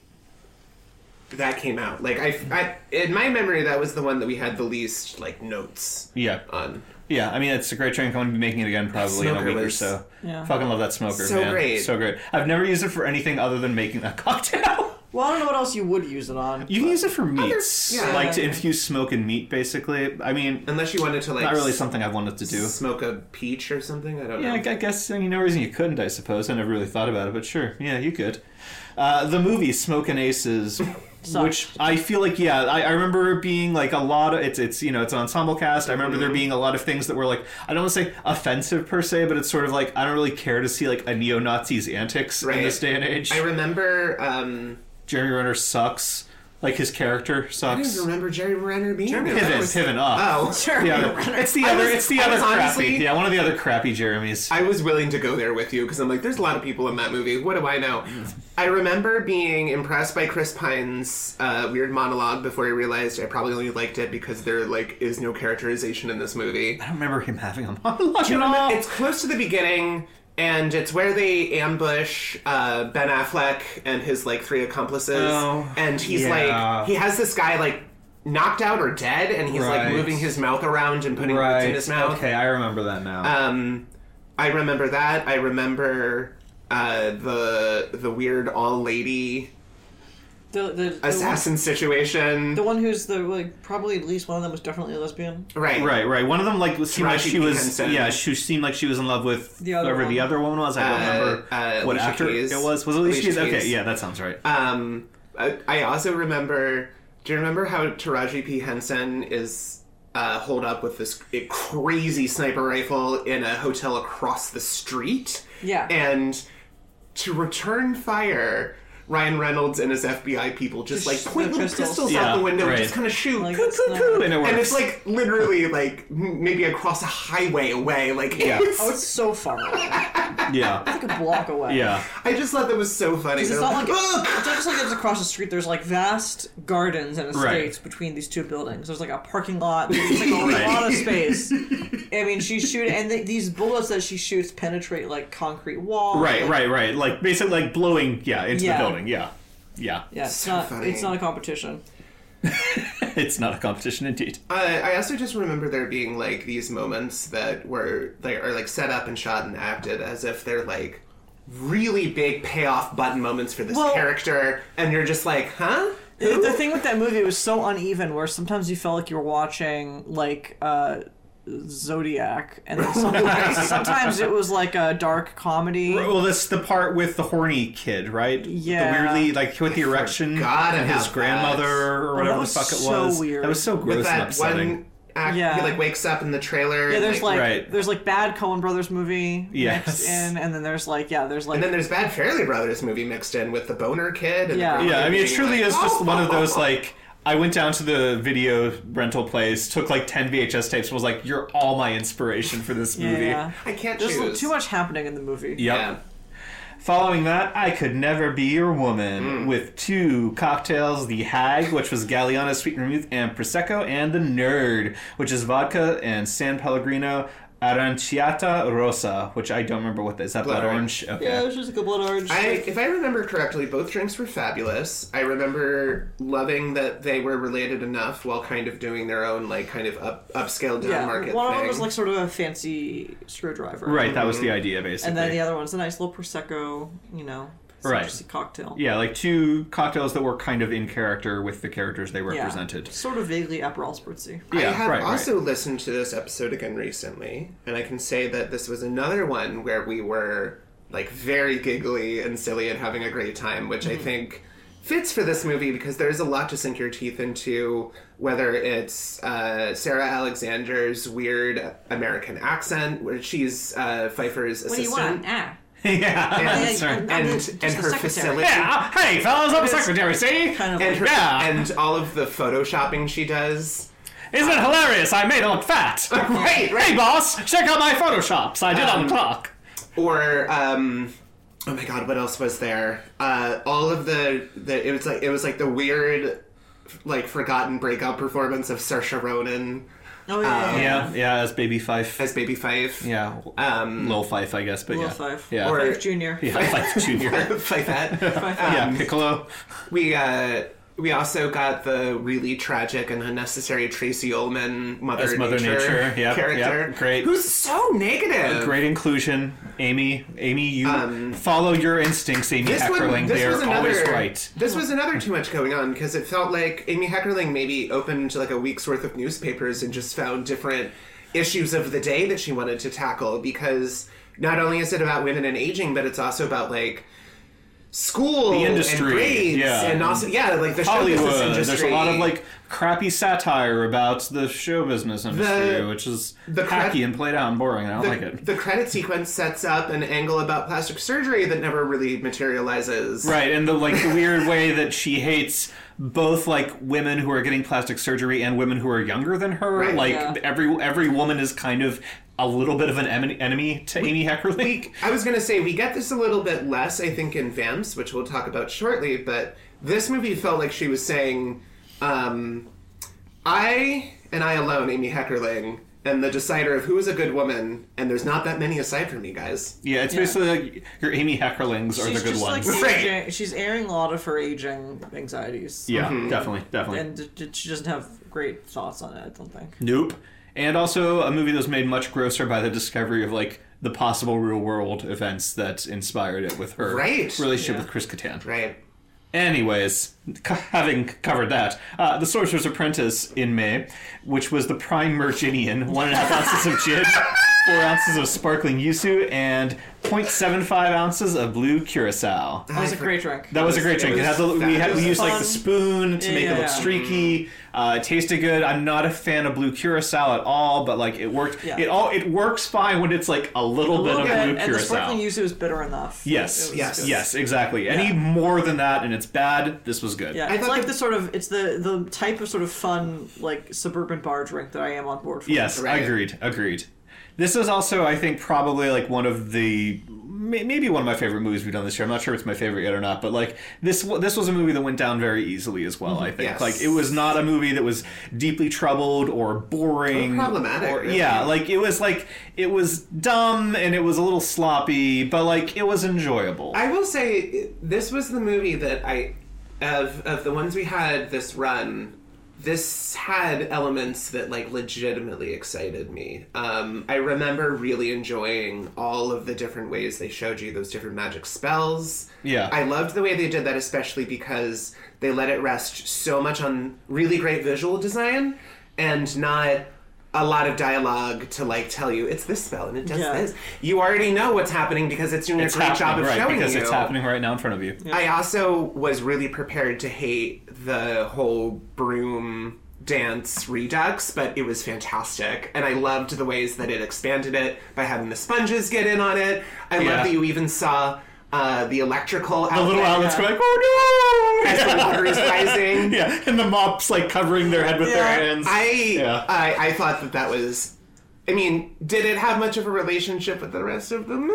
[SPEAKER 1] that came out. Like I, I in my memory, that was the one that we had the least like notes
[SPEAKER 2] Yeah.
[SPEAKER 1] on.
[SPEAKER 2] Yeah, I mean it's a great drink. I'm gonna be making it again probably in a
[SPEAKER 1] smoker
[SPEAKER 2] week or
[SPEAKER 1] was-
[SPEAKER 2] so.
[SPEAKER 3] Yeah.
[SPEAKER 2] Fucking love that smoker,
[SPEAKER 1] So
[SPEAKER 2] man.
[SPEAKER 1] great.
[SPEAKER 2] So great. I've never used it for anything other than making that cocktail.
[SPEAKER 3] Well, I don't know what else you would use it on.
[SPEAKER 2] You can use it for meats,
[SPEAKER 1] yeah.
[SPEAKER 2] like to infuse smoke in meat, basically. I mean,
[SPEAKER 1] Unless you wanted to like
[SPEAKER 2] not really something I've wanted to do.
[SPEAKER 1] smoke a peach or something. I don't
[SPEAKER 2] Yeah,
[SPEAKER 1] know.
[SPEAKER 2] I I guess I mean, no reason you couldn't. I suppose I never really thought about it, but sure, yeah, you could. Uh, the movie Smoke and Aces
[SPEAKER 3] Sucked.
[SPEAKER 2] Which I feel like, yeah, I, I remember it being like a lot of it's it's you know it's an ensemble cast. I remember
[SPEAKER 1] Mm-hmm.
[SPEAKER 2] there being a lot of things that were like I don't want to say offensive per se, but it's sort of like I don't really care to see like a neo Nazi's antics
[SPEAKER 1] Right.
[SPEAKER 2] in this day and age.
[SPEAKER 1] I remember. Um,
[SPEAKER 2] Jeremy Renner sucks. Like his character
[SPEAKER 1] I
[SPEAKER 2] sucks.
[SPEAKER 1] don't remember Jerry Renner being in it. I
[SPEAKER 2] Piven,
[SPEAKER 1] was-
[SPEAKER 2] Piven uh. up.
[SPEAKER 1] Oh,
[SPEAKER 3] Sure.
[SPEAKER 2] The other, it's the
[SPEAKER 1] I
[SPEAKER 2] other.
[SPEAKER 1] was-
[SPEAKER 2] it's the
[SPEAKER 1] I
[SPEAKER 2] other
[SPEAKER 1] was
[SPEAKER 2] crappy.
[SPEAKER 1] honestly-
[SPEAKER 2] yeah, one of the other crappy Jeremys.
[SPEAKER 1] I was willing to go there with you because I'm like, there's a lot of people in that movie. What do I know? I remember being impressed by Chris Pine's uh, weird monologue before I realized I probably only liked it because there like is no characterization in this movie.
[SPEAKER 2] I don't remember him having a monologue at all.
[SPEAKER 1] It's close to the beginning, and it's where they ambush uh, Ben Affleck and his like three accomplices,
[SPEAKER 2] Oh,
[SPEAKER 1] and he's
[SPEAKER 2] yeah.
[SPEAKER 1] like he has this guy like knocked out or dead, and he's
[SPEAKER 2] Right.
[SPEAKER 1] like moving his mouth around and putting words in
[SPEAKER 2] right.
[SPEAKER 1] his mouth.
[SPEAKER 2] Okay, I remember that now.
[SPEAKER 1] Um, I remember that. I remember uh, the the weird all lady
[SPEAKER 3] the, the, the,
[SPEAKER 1] assassin situation.
[SPEAKER 3] The one who's the like probably at least one of them was definitely a lesbian.
[SPEAKER 1] right,
[SPEAKER 2] Uh, Right, right. One of them like seemed like
[SPEAKER 1] Taraji
[SPEAKER 2] she
[SPEAKER 1] P.
[SPEAKER 2] was
[SPEAKER 1] Henson.
[SPEAKER 2] yeah, she seemed like she was in love with
[SPEAKER 3] The other
[SPEAKER 2] whoever the
[SPEAKER 3] one.
[SPEAKER 2] other woman was. I don't
[SPEAKER 1] Uh,
[SPEAKER 2] remember
[SPEAKER 1] uh,
[SPEAKER 2] what
[SPEAKER 1] Alicia
[SPEAKER 2] actor
[SPEAKER 1] Keys.
[SPEAKER 2] it was. Was it Alicia
[SPEAKER 1] Alicia
[SPEAKER 2] Keys? Okay,
[SPEAKER 1] Keys.
[SPEAKER 2] yeah, that sounds right.
[SPEAKER 1] Um, I, I also remember. Do you remember how Taraji P Henson is uh, holed up with this crazy sniper rifle in a hotel across the street?
[SPEAKER 3] Yeah.
[SPEAKER 1] And to return fire. Ryan Reynolds and his FBI people just,
[SPEAKER 3] Just
[SPEAKER 1] like point
[SPEAKER 3] the
[SPEAKER 1] little
[SPEAKER 3] pistols.
[SPEAKER 1] pistols,
[SPEAKER 2] Yeah,
[SPEAKER 1] out the window
[SPEAKER 2] right.
[SPEAKER 1] and just kind of shoot.
[SPEAKER 3] Like,
[SPEAKER 1] Coo,
[SPEAKER 3] it's
[SPEAKER 1] coo,
[SPEAKER 3] not-
[SPEAKER 1] coo.
[SPEAKER 2] And it
[SPEAKER 1] And it's
[SPEAKER 2] works.
[SPEAKER 1] like literally like m- maybe across a highway away. Like it's-
[SPEAKER 3] Oh, it's so far away. It's
[SPEAKER 2] Yeah.
[SPEAKER 3] like a block away.
[SPEAKER 2] Yeah.
[SPEAKER 1] I just thought that was so funny.
[SPEAKER 3] It's
[SPEAKER 1] They're
[SPEAKER 3] not like
[SPEAKER 1] "Ugh!"
[SPEAKER 3] it's not just like it's across the street. There's like vast gardens and estates between these two buildings. There's like a parking lot. There's like a
[SPEAKER 2] Right.
[SPEAKER 3] lot of space. I mean, she's shooting, and th these bullets that she shoots penetrate like concrete walls.
[SPEAKER 2] Right,
[SPEAKER 3] like-
[SPEAKER 2] right, right. Like basically like blowing yeah, into
[SPEAKER 3] Yeah.
[SPEAKER 2] the building. Yeah. Yeah.
[SPEAKER 3] Yeah, it's
[SPEAKER 1] So
[SPEAKER 3] not.
[SPEAKER 1] funny.
[SPEAKER 3] It's not a competition.
[SPEAKER 2] It's not a competition indeed.
[SPEAKER 1] "Uh, I I also just remember there being like these moments that were they are like set up and shot and acted as if they're like really big payoff button moments for this
[SPEAKER 3] Well-
[SPEAKER 1] character, and you're just like, huh?
[SPEAKER 3] The, the thing with that movie it was so uneven, where sometimes you felt like you were watching like uh, Zodiac, and then sometimes, sometimes it was like a dark comedy.
[SPEAKER 2] Well, that's the part with the horny kid, right?
[SPEAKER 3] Yeah. Oh,
[SPEAKER 2] The weirdly like with the erection
[SPEAKER 1] forgot
[SPEAKER 2] and
[SPEAKER 1] about
[SPEAKER 2] his grandmother
[SPEAKER 1] that.
[SPEAKER 2] or whatever
[SPEAKER 3] that
[SPEAKER 2] the
[SPEAKER 3] was
[SPEAKER 2] fuck it
[SPEAKER 3] so
[SPEAKER 2] was.
[SPEAKER 3] weird.
[SPEAKER 2] That was so gross
[SPEAKER 1] With
[SPEAKER 2] and
[SPEAKER 1] that
[SPEAKER 2] upsetting.
[SPEAKER 1] one act,
[SPEAKER 3] Yeah.
[SPEAKER 1] he like wakes up in the trailer.
[SPEAKER 3] Yeah,
[SPEAKER 1] and,
[SPEAKER 3] there's like
[SPEAKER 2] Right.
[SPEAKER 3] there's like bad Cohen Brothers movie
[SPEAKER 2] Yes.
[SPEAKER 3] mixed in, and then there's like yeah, there's like
[SPEAKER 1] and then there's bad Fairley Brothers movie mixed in with the boner kid. And
[SPEAKER 3] Yeah.
[SPEAKER 1] the grandmother
[SPEAKER 2] Yeah, I mean, it
[SPEAKER 1] being
[SPEAKER 2] truly
[SPEAKER 1] like,
[SPEAKER 2] is just
[SPEAKER 1] "Oh,
[SPEAKER 2] one of
[SPEAKER 1] oh,
[SPEAKER 2] those
[SPEAKER 1] oh,
[SPEAKER 2] like. I went down to the video rental place, took like ten VHS tapes, and was like, "You're all my inspiration for this movie."
[SPEAKER 3] yeah.
[SPEAKER 1] I can't
[SPEAKER 3] There's
[SPEAKER 1] choose.
[SPEAKER 3] too much happening in the movie.
[SPEAKER 2] Yep.
[SPEAKER 1] Yeah.
[SPEAKER 2] Following that, I could never be your woman with two cocktails: the Hag, which was Galliano sweet vermouth and prosecco, and the Nerd, which is vodka and San Pellegrino aranciata rosa, which I don't remember what that is. That blood,
[SPEAKER 1] Blood
[SPEAKER 2] orange. Okay.
[SPEAKER 3] Yeah, it was just like a blood orange.
[SPEAKER 1] I, if I remember correctly, both drinks were fabulous. I remember loving that they were related enough while kind of doing their own like kind of up upscale down
[SPEAKER 3] yeah,
[SPEAKER 1] market
[SPEAKER 3] one of
[SPEAKER 1] thing.
[SPEAKER 3] them was like sort of a fancy screwdriver,
[SPEAKER 2] Right. That was the idea, basically.
[SPEAKER 3] And then the other one's a nice little prosecco, you know,
[SPEAKER 2] Right.
[SPEAKER 3] citrusy cocktail.
[SPEAKER 2] Yeah, like two cocktails that were kind of in character with the characters they represented.
[SPEAKER 3] Sort of vaguely Aperol spritzy.
[SPEAKER 2] Yeah,
[SPEAKER 1] I have
[SPEAKER 2] right, right.
[SPEAKER 1] also listened to this episode again recently, and I can say that this was another one where we were like very giggly and silly and having a great time, which
[SPEAKER 2] Mm-hmm.
[SPEAKER 1] I think fits for this movie because there's a lot to sink your teeth into, whether it's uh, Sarah Alexander's weird American accent, where she's uh, Pfeiffer's
[SPEAKER 3] What do you
[SPEAKER 1] assistant.
[SPEAKER 3] want? Ah.
[SPEAKER 2] Yeah,
[SPEAKER 1] that's
[SPEAKER 3] Yeah,
[SPEAKER 2] right.
[SPEAKER 3] I'm- I'm
[SPEAKER 1] and
[SPEAKER 3] the- just
[SPEAKER 1] and
[SPEAKER 3] the
[SPEAKER 1] her
[SPEAKER 3] secretary.
[SPEAKER 1] facility
[SPEAKER 2] Yeah, hey fellas, I'm a secretary, see?
[SPEAKER 3] Kind of
[SPEAKER 1] and her,
[SPEAKER 3] like,
[SPEAKER 2] Yeah.
[SPEAKER 1] and all of the photoshopping she does.
[SPEAKER 2] Isn't it hilarious? I made it look fat.
[SPEAKER 1] right, Um,
[SPEAKER 2] Hey boss, check out my photoshops I did on the clock.
[SPEAKER 1] Or um oh my god, what else was there? Uh all of the the it was like it was like the weird like forgotten breakout performance of Saoirse Ronan
[SPEAKER 3] oh yeah, yeah,
[SPEAKER 2] Um, Yeah, yeah, as Baby Fife.
[SPEAKER 1] as Baby Fife.
[SPEAKER 2] Yeah,
[SPEAKER 1] Um
[SPEAKER 2] Lil Fife, I guess, but
[SPEAKER 3] Lil
[SPEAKER 2] yeah.
[SPEAKER 3] Fife.
[SPEAKER 2] Yeah.
[SPEAKER 1] Or- Um,
[SPEAKER 3] Fife Junior.
[SPEAKER 2] yeah, Fife Junior.
[SPEAKER 1] Fifette.
[SPEAKER 2] yeah, Piccolo.
[SPEAKER 1] We uh we also got the really tragic and unnecessary Tracy Ullman Mother,
[SPEAKER 2] As Mother Nature, yep, yep,
[SPEAKER 1] character.
[SPEAKER 2] great.
[SPEAKER 1] Who's so negative.
[SPEAKER 2] Great inclusion, Amy. Amy, you follow your instincts, Amy
[SPEAKER 1] um, This
[SPEAKER 2] Heckerling.
[SPEAKER 1] one, this
[SPEAKER 2] They are
[SPEAKER 1] was another.
[SPEAKER 2] always right.
[SPEAKER 1] This was another too much going on because it felt like Amy Heckerling maybe opened like a week's worth of newspapers and just found different issues of the day that she wanted to tackle. Because not only is it about women and aging, but it's also about like school
[SPEAKER 2] The industry,
[SPEAKER 1] and grades
[SPEAKER 2] yeah.
[SPEAKER 1] and also yeah like the show
[SPEAKER 2] Hollywood.
[SPEAKER 1] business industry.
[SPEAKER 2] There's a lot of like crappy satire about the show business industry,
[SPEAKER 1] The-
[SPEAKER 2] which is
[SPEAKER 1] the cra-
[SPEAKER 2] hacky and played out and boring. and I don't
[SPEAKER 1] the,
[SPEAKER 2] like it.
[SPEAKER 1] the credit sequence sets up an angle about plastic surgery that never really materializes.
[SPEAKER 2] Right, and the like the weird way that she hates both like women who are getting plastic surgery and women who are younger than her.
[SPEAKER 1] Right.
[SPEAKER 2] like
[SPEAKER 3] Yeah.
[SPEAKER 2] every every woman is kind of a little bit of an em- enemy to Amy Heckerling.
[SPEAKER 1] I was gonna say we get this a little bit less, I think, in Vamps, which we'll talk about shortly. But this movie felt like she was saying, um, "I and I alone, Amy Heckerling, am the decider of who is a good woman, and there's not that many aside from me, guys."
[SPEAKER 2] Yeah, it's basically like your Amy Heckerlings are the
[SPEAKER 3] She's
[SPEAKER 2] good
[SPEAKER 3] just
[SPEAKER 2] ones.
[SPEAKER 3] like
[SPEAKER 1] Right.
[SPEAKER 3] aging, she's airing a lot of her aging anxieties.
[SPEAKER 2] yeah,
[SPEAKER 1] Mm-hmm.
[SPEAKER 2] definitely, definitely.
[SPEAKER 3] and d- d- she doesn't have great thoughts on it. I don't think.
[SPEAKER 2] nope. And also a movie that was made much grosser by the discovery of like the possible real world events that inspired it with her
[SPEAKER 1] Right.
[SPEAKER 2] relationship
[SPEAKER 3] Yeah.
[SPEAKER 2] with Chris Kattan.
[SPEAKER 1] Right.
[SPEAKER 2] Anyways, c- having covered that, uh, The Sorcerer's Apprentice in May, which was the prime Virginian, one and a half ounces of gin, four ounces of sparkling yuzu, and 0.75 ounces of blue curacao.
[SPEAKER 3] That was a great drink.
[SPEAKER 2] That was a great drink. It had the, we, had, we used like the spoon to make it
[SPEAKER 3] Yeah.
[SPEAKER 2] look streaky. Uh, it tasted good. I'm not a fan of blue curacao at all, but like it worked.
[SPEAKER 3] Yeah.
[SPEAKER 2] It all it works fine when it's like a little,
[SPEAKER 3] a little
[SPEAKER 2] bit
[SPEAKER 3] bit,
[SPEAKER 2] of blue
[SPEAKER 3] and the
[SPEAKER 2] curacao.
[SPEAKER 3] sparkling yuzu was bitter enough.
[SPEAKER 2] Yes,
[SPEAKER 3] It was
[SPEAKER 1] yes.
[SPEAKER 3] good.
[SPEAKER 2] Yes, exactly. Any more than that, and it's bad. This was good.
[SPEAKER 3] Yeah,
[SPEAKER 1] I
[SPEAKER 3] it's
[SPEAKER 1] thought
[SPEAKER 3] like
[SPEAKER 1] that-
[SPEAKER 3] the sort of it's the the type of sort of fun like suburban bar drink that I am on board for.
[SPEAKER 2] Yes,
[SPEAKER 1] Right.
[SPEAKER 2] agreed. Agreed. This is also, I think, probably like one of the may- maybe one of my favorite movies we've done this year. I'm not sure if it's my favorite yet or not, but like this wa- this was a movie that went down very easily as well. I think
[SPEAKER 1] Mm-hmm. Yes.
[SPEAKER 2] like it was not a movie that was deeply troubled or boring,
[SPEAKER 1] Or problematic,
[SPEAKER 2] or-
[SPEAKER 1] really.
[SPEAKER 2] Yeah, like it was like it was dumb and it was a little sloppy, but like it was enjoyable.
[SPEAKER 1] I will say this was the movie that I of of the ones we had this run. This had elements that like legitimately excited me. Um, I remember really enjoying all of the different ways they showed you those different magic spells.
[SPEAKER 2] Yeah.
[SPEAKER 1] I loved the way they did that, especially because they let it rest so much on really great visual design and not a lot of dialogue to like tell you it's this spell and it does
[SPEAKER 3] Yeah.
[SPEAKER 1] this. You already know what's happening because it's doing
[SPEAKER 2] it's
[SPEAKER 1] a great job
[SPEAKER 2] happening
[SPEAKER 1] of
[SPEAKER 2] right
[SPEAKER 1] showing
[SPEAKER 2] because
[SPEAKER 1] you.
[SPEAKER 2] it's happening right now in front of you.
[SPEAKER 1] I also was really prepared to hate the whole broom dance redux, but it was fantastic. And I loved the ways that it expanded it by having the sponges get in on it. I
[SPEAKER 2] Yeah.
[SPEAKER 1] love that you even saw uh, the electrical
[SPEAKER 2] The little outlets were like, oh no!
[SPEAKER 1] as the water is rising.
[SPEAKER 2] Yeah, and the mops like covering their head with their
[SPEAKER 3] Yeah.
[SPEAKER 2] hands.
[SPEAKER 1] I,
[SPEAKER 2] Yeah.
[SPEAKER 1] I I thought that that was. I mean, did it have much of a relationship with the rest of the movie?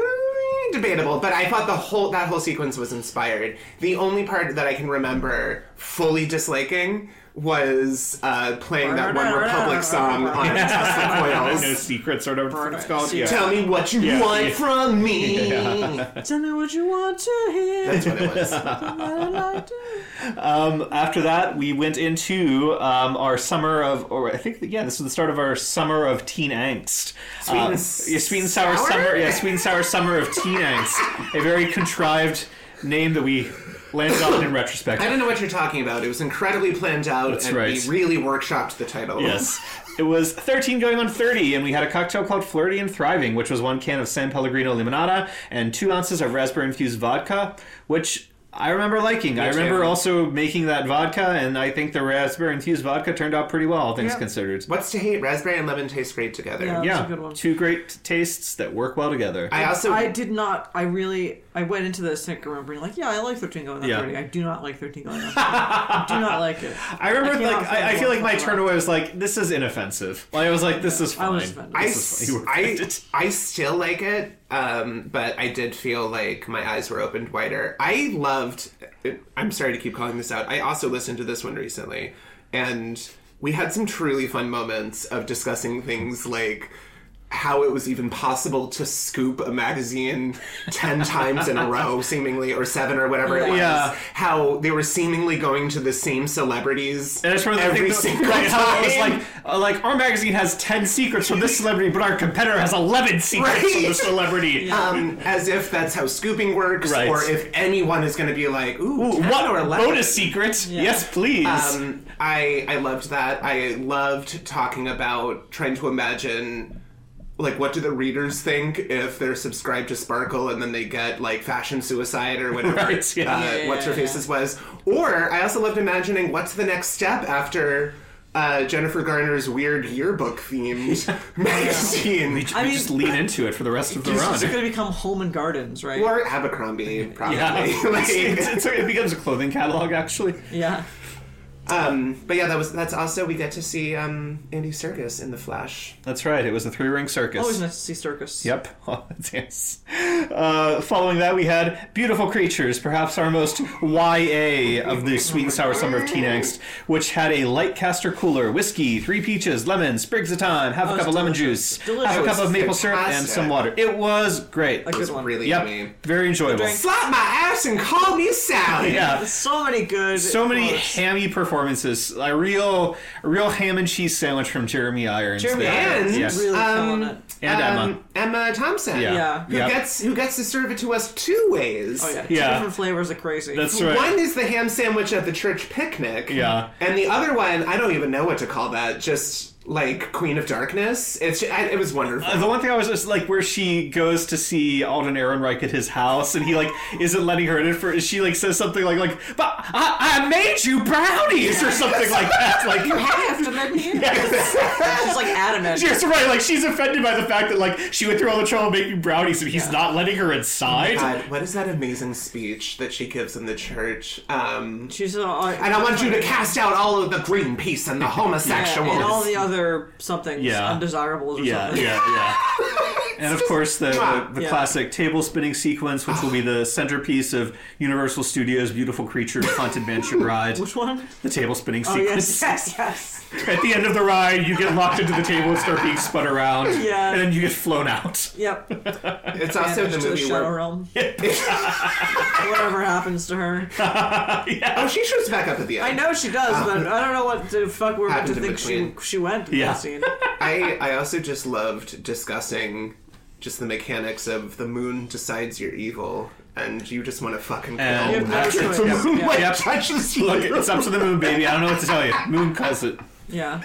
[SPEAKER 1] Debatable, but I thought the whole that whole sequence was inspired. The only part that I can remember fully disliking was uh, playing that One Republic song on Tesla
[SPEAKER 2] no
[SPEAKER 1] coils.
[SPEAKER 2] secrets or whatever it's called.
[SPEAKER 3] Secrets.
[SPEAKER 2] Yeah.
[SPEAKER 1] Tell me what you
[SPEAKER 2] Yeah,
[SPEAKER 1] want
[SPEAKER 2] yeah.
[SPEAKER 1] from me.
[SPEAKER 3] Tell me what you want to hear.
[SPEAKER 1] That's what it was.
[SPEAKER 3] What I do.
[SPEAKER 2] Um, after that, we went into um, our summer of, or I think, yeah, this was the start of our summer of teen angst. Sweet
[SPEAKER 1] and
[SPEAKER 2] yeah, sweet and sour,
[SPEAKER 1] sour?
[SPEAKER 2] summer, yeah, sweet and sour summer of teen angst. A very contrived name that we landed on in retrospect.
[SPEAKER 1] I don't know what you're talking about. It was incredibly planned out, and
[SPEAKER 2] right.
[SPEAKER 1] we really workshopped the title.
[SPEAKER 2] Yes. It was 13 going on 30, and we had a cocktail called Flirty and Thriving, which was one can of San Pellegrino limonada and two ounces of raspberry infused vodka, which I remember liking. I remember
[SPEAKER 1] too.
[SPEAKER 2] also making that vodka, and I think the raspberry infused vodka turned out pretty well, all things
[SPEAKER 1] Yeah.
[SPEAKER 2] considered.
[SPEAKER 1] What's to hate? Raspberry and lemon taste great together.
[SPEAKER 3] Yeah. That's
[SPEAKER 2] yeah,
[SPEAKER 3] a good one.
[SPEAKER 2] two great tastes that work well together.
[SPEAKER 1] I also
[SPEAKER 3] I did not. I really. I went into this think remembering like, yeah, I like thirteen going on
[SPEAKER 2] Yeah.
[SPEAKER 3] thirty. I do not like thirteen going on. 30. I do not like it.
[SPEAKER 2] I remember,
[SPEAKER 3] cannot
[SPEAKER 2] like, I, I
[SPEAKER 3] find
[SPEAKER 2] feel
[SPEAKER 3] one
[SPEAKER 2] like my
[SPEAKER 3] for that.
[SPEAKER 2] turn away was like, this is inoffensive. Like, I was like, this is fine.
[SPEAKER 3] I was offended.
[SPEAKER 1] I,
[SPEAKER 2] This is fine. You were
[SPEAKER 1] I,
[SPEAKER 2] offended.
[SPEAKER 1] I still like it, um, but I did feel like my eyes were opened wider. I loved. I'm sorry to keep calling this out. I also listened to this one recently, and we had some truly fun moments of discussing things like how it was even possible to scoop a magazine 10 times in a row seemingly or 7 or whatever it was
[SPEAKER 2] Yeah.
[SPEAKER 1] how they were seemingly going to the same celebrities
[SPEAKER 2] And that's one of the
[SPEAKER 1] every
[SPEAKER 2] things that-
[SPEAKER 1] single
[SPEAKER 2] like, how
[SPEAKER 1] time
[SPEAKER 2] it was like, uh, like our magazine has ten secrets from this celebrity, but our competitor has eleven secrets from
[SPEAKER 1] Right.
[SPEAKER 2] this celebrity.
[SPEAKER 1] um, as if that's how scooping works,
[SPEAKER 2] Right.
[SPEAKER 1] or if anyone is going to be like, ooh,
[SPEAKER 2] Ooh,
[SPEAKER 1] 10
[SPEAKER 2] What
[SPEAKER 1] or 11.
[SPEAKER 2] bonus secret? Yes, please.
[SPEAKER 1] Um, I, I loved that. I loved talking about trying to imagine like what do the readers think if they're subscribed to Sparkle and then they get like Fashion Suicide or whatever
[SPEAKER 2] Right, yeah.
[SPEAKER 1] uh,
[SPEAKER 3] Yeah,
[SPEAKER 1] what's her
[SPEAKER 3] yeah,
[SPEAKER 1] faces was. Or I also loved imagining what's the next step after uh, Jennifer Garner's weird yearbook themed magazine.
[SPEAKER 2] We,
[SPEAKER 3] I
[SPEAKER 2] we
[SPEAKER 3] mean-
[SPEAKER 2] just lean into it for the rest of the
[SPEAKER 3] It's
[SPEAKER 2] run.
[SPEAKER 3] going to become Home and Gardens, right?
[SPEAKER 1] Or Abercrombie, probably.
[SPEAKER 2] Yeah,
[SPEAKER 1] Like,
[SPEAKER 2] it's, it's, it's, it becomes a clothing catalog actually.
[SPEAKER 3] yeah.
[SPEAKER 1] um, but yeah, that was that's also we get to see um, Andy Serkis in the Flash.
[SPEAKER 2] That's right. It was a three ring circus.
[SPEAKER 3] Always nice to see circus.
[SPEAKER 2] Yep. Oh, yes. Uh, following that, we had Beautiful Creatures, perhaps our most YA of the Sweet and Sour Summer of Teen Angst, which had a Lightcaster cooler, whiskey, three peaches, lemon, sprigs of thyme, half a
[SPEAKER 3] Oh,
[SPEAKER 2] cup
[SPEAKER 3] it's
[SPEAKER 2] of lemon
[SPEAKER 3] delicious.
[SPEAKER 2] juice,
[SPEAKER 3] Delicious.
[SPEAKER 2] half a cup of maple syrup, and
[SPEAKER 1] Fantastic.
[SPEAKER 2] some water. It was great.
[SPEAKER 3] A
[SPEAKER 1] It
[SPEAKER 3] good
[SPEAKER 1] was
[SPEAKER 3] one.
[SPEAKER 1] really
[SPEAKER 2] yep.
[SPEAKER 1] yummy.
[SPEAKER 2] Very enjoyable.
[SPEAKER 3] drink.
[SPEAKER 1] Slap my ass and call me Sally.
[SPEAKER 2] Yeah.
[SPEAKER 3] So many good.
[SPEAKER 2] So many
[SPEAKER 3] quotes.
[SPEAKER 2] hammy performances. A real, a real ham and cheese sandwich from Jeremy Irons.
[SPEAKER 3] Jeremy
[SPEAKER 2] there.
[SPEAKER 1] Irons.
[SPEAKER 2] Yes.
[SPEAKER 3] Really
[SPEAKER 1] Um,
[SPEAKER 3] killing it.
[SPEAKER 2] And Emma.
[SPEAKER 1] Um, Emma Thompson.
[SPEAKER 2] yeah.
[SPEAKER 3] yeah.
[SPEAKER 1] Who
[SPEAKER 2] Yep.
[SPEAKER 1] gets who gets to serve it to us two ways.
[SPEAKER 3] Oh, yeah. Two
[SPEAKER 2] yeah.
[SPEAKER 3] different flavors of crazy.
[SPEAKER 2] That's right.
[SPEAKER 1] One is the ham sandwich at the church picnic.
[SPEAKER 2] Yeah.
[SPEAKER 1] And the other one, I don't even know what to call that. Just like Queen of Darkness. It's ju- I, it was wonderful.
[SPEAKER 2] Uh, The one thing I was just like, where she goes to see Alden Ehrenreich at his house, and he like isn't letting her in for. She like says something like like, "But I, I made you brownies" or something like that. Like,
[SPEAKER 3] have to let me in. She's like adamant.
[SPEAKER 2] she's right. Like she's offended by the fact that like she went through all the trouble making brownies, and he's not letting her inside.
[SPEAKER 1] God, what is that amazing speech that she gives in the church? Um,
[SPEAKER 3] She's uh, all,
[SPEAKER 1] and I want you to cast out all of the green peace and the homosexuals.
[SPEAKER 3] and all the other something
[SPEAKER 2] Yeah.
[SPEAKER 3] undesirables or
[SPEAKER 2] yeah,
[SPEAKER 3] something.
[SPEAKER 2] yeah, yeah. And of course, the, the, the
[SPEAKER 3] Yeah.
[SPEAKER 2] classic table spinning sequence, which will be the centerpiece of Universal Studios' Beautiful Creature Haunted Mansion ride.
[SPEAKER 3] Which one?
[SPEAKER 2] The table spinning
[SPEAKER 3] Oh
[SPEAKER 2] sequence.
[SPEAKER 3] yes, yes, yes.
[SPEAKER 2] At the end of the ride, you get locked into the table and start being spun around.
[SPEAKER 3] Yeah.
[SPEAKER 2] And then you get flown out.
[SPEAKER 3] Yep.
[SPEAKER 1] It's also the
[SPEAKER 3] to the
[SPEAKER 1] movie
[SPEAKER 3] shadow
[SPEAKER 1] where
[SPEAKER 3] realm. Whatever happens to her.
[SPEAKER 1] oh she shows back up at the end.
[SPEAKER 3] I know she does, but I don't know what the fuck we're meant to
[SPEAKER 1] Happened in
[SPEAKER 3] think she
[SPEAKER 1] between.
[SPEAKER 3] she went in
[SPEAKER 2] Yeah.
[SPEAKER 3] that scene.
[SPEAKER 1] I I also just loved discussing just the mechanics of the moon decides you're evil and you just want to fucking kill.
[SPEAKER 2] And- You have no
[SPEAKER 1] after
[SPEAKER 3] choice.
[SPEAKER 1] the
[SPEAKER 3] Yep.
[SPEAKER 1] moon
[SPEAKER 3] Yep.
[SPEAKER 1] like,
[SPEAKER 2] Yep.
[SPEAKER 1] touches you.
[SPEAKER 2] Look, it's up to the moon, baby. I don't know what to tell you. Moon calls it.
[SPEAKER 3] Yeah.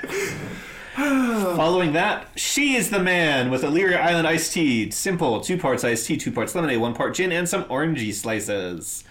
[SPEAKER 1] Oh.
[SPEAKER 2] Following that, she is the man with Illyria Island iced tea. Simple, two parts iced tea, two parts lemonade, one part gin, and some orangey slices.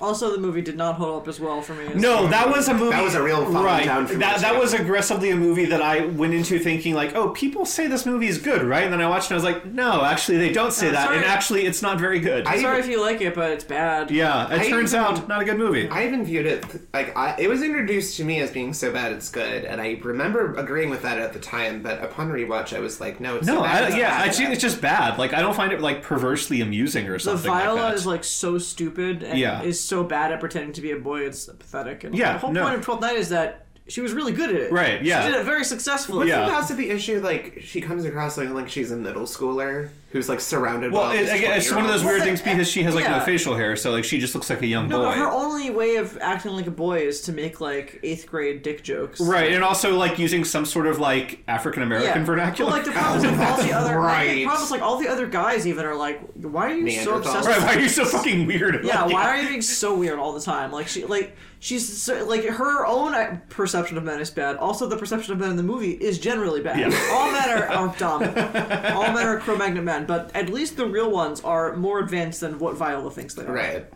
[SPEAKER 3] Also, the movie did not hold up as well for me. as-
[SPEAKER 2] No, that was a movie.
[SPEAKER 1] That was a real falling
[SPEAKER 2] right.
[SPEAKER 1] down for me,
[SPEAKER 2] that that
[SPEAKER 1] yeah.
[SPEAKER 2] was aggressively a movie that I went into thinking like, oh, people say this movie is good, right? And then I watched it and I was like, no, actually they don't say
[SPEAKER 3] I'm
[SPEAKER 2] that, and
[SPEAKER 3] sorry.
[SPEAKER 2] actually it's not very good.
[SPEAKER 1] I-
[SPEAKER 3] Sorry if you like it, but it's bad.
[SPEAKER 2] yeah, it
[SPEAKER 1] I-
[SPEAKER 2] turns out not a good movie.
[SPEAKER 1] I even viewed it th- like I, it was introduced to me as being so bad it's good, and I remember agreeing with that at the time. But upon rewatch, I was like, no, it's
[SPEAKER 2] No,
[SPEAKER 1] so bad,
[SPEAKER 2] I,
[SPEAKER 1] it's
[SPEAKER 2] yeah,
[SPEAKER 1] bad.
[SPEAKER 2] I think it's just bad. Like I don't find it like perversely amusing or
[SPEAKER 3] The
[SPEAKER 2] something.
[SPEAKER 3] Viola
[SPEAKER 2] like that.
[SPEAKER 3] is like so stupid and
[SPEAKER 2] Yeah.
[SPEAKER 3] is so bad at pretending to be a boy. It's pathetic. And
[SPEAKER 2] Yeah,
[SPEAKER 3] the whole
[SPEAKER 2] no.
[SPEAKER 3] point of Twelfth Night is that she was really good at it.
[SPEAKER 2] Right, yeah.
[SPEAKER 3] She did it very successfully.
[SPEAKER 2] Yeah.
[SPEAKER 1] That's also the issue. Like she comes across like like she's a middle schooler who's like surrounded.
[SPEAKER 2] well,
[SPEAKER 1] by all
[SPEAKER 2] it,
[SPEAKER 1] these
[SPEAKER 2] again, it's one of those
[SPEAKER 1] 20-year-olds.
[SPEAKER 2] weird things because she has like
[SPEAKER 3] Yeah.
[SPEAKER 2] no facial hair, so like she just looks like a young
[SPEAKER 3] No,
[SPEAKER 2] boy.
[SPEAKER 3] but her only way of acting like a boy is to make like eighth grade dick jokes.
[SPEAKER 2] Right, and also like using some sort of like African American
[SPEAKER 3] Yeah.
[SPEAKER 2] vernacular.
[SPEAKER 3] Well, like the problem is like, all the other
[SPEAKER 1] Right.
[SPEAKER 3] the problem is, like all the other guys even are like, why are you
[SPEAKER 1] Neanderthals.
[SPEAKER 3] so obsessed?
[SPEAKER 2] right,
[SPEAKER 3] With
[SPEAKER 2] why are you so fucking weird? about
[SPEAKER 3] yeah,
[SPEAKER 2] it?
[SPEAKER 3] why are you being so weird all the time? Like she, like she's so, like her own uh, perception of men is bad. Also, the perception of men in the movie is generally bad.
[SPEAKER 2] Yeah.
[SPEAKER 3] All men are, are dumb. all men are Cro-Magnon men, but at least the real ones are more advanced than what Viola thinks they are.
[SPEAKER 1] right?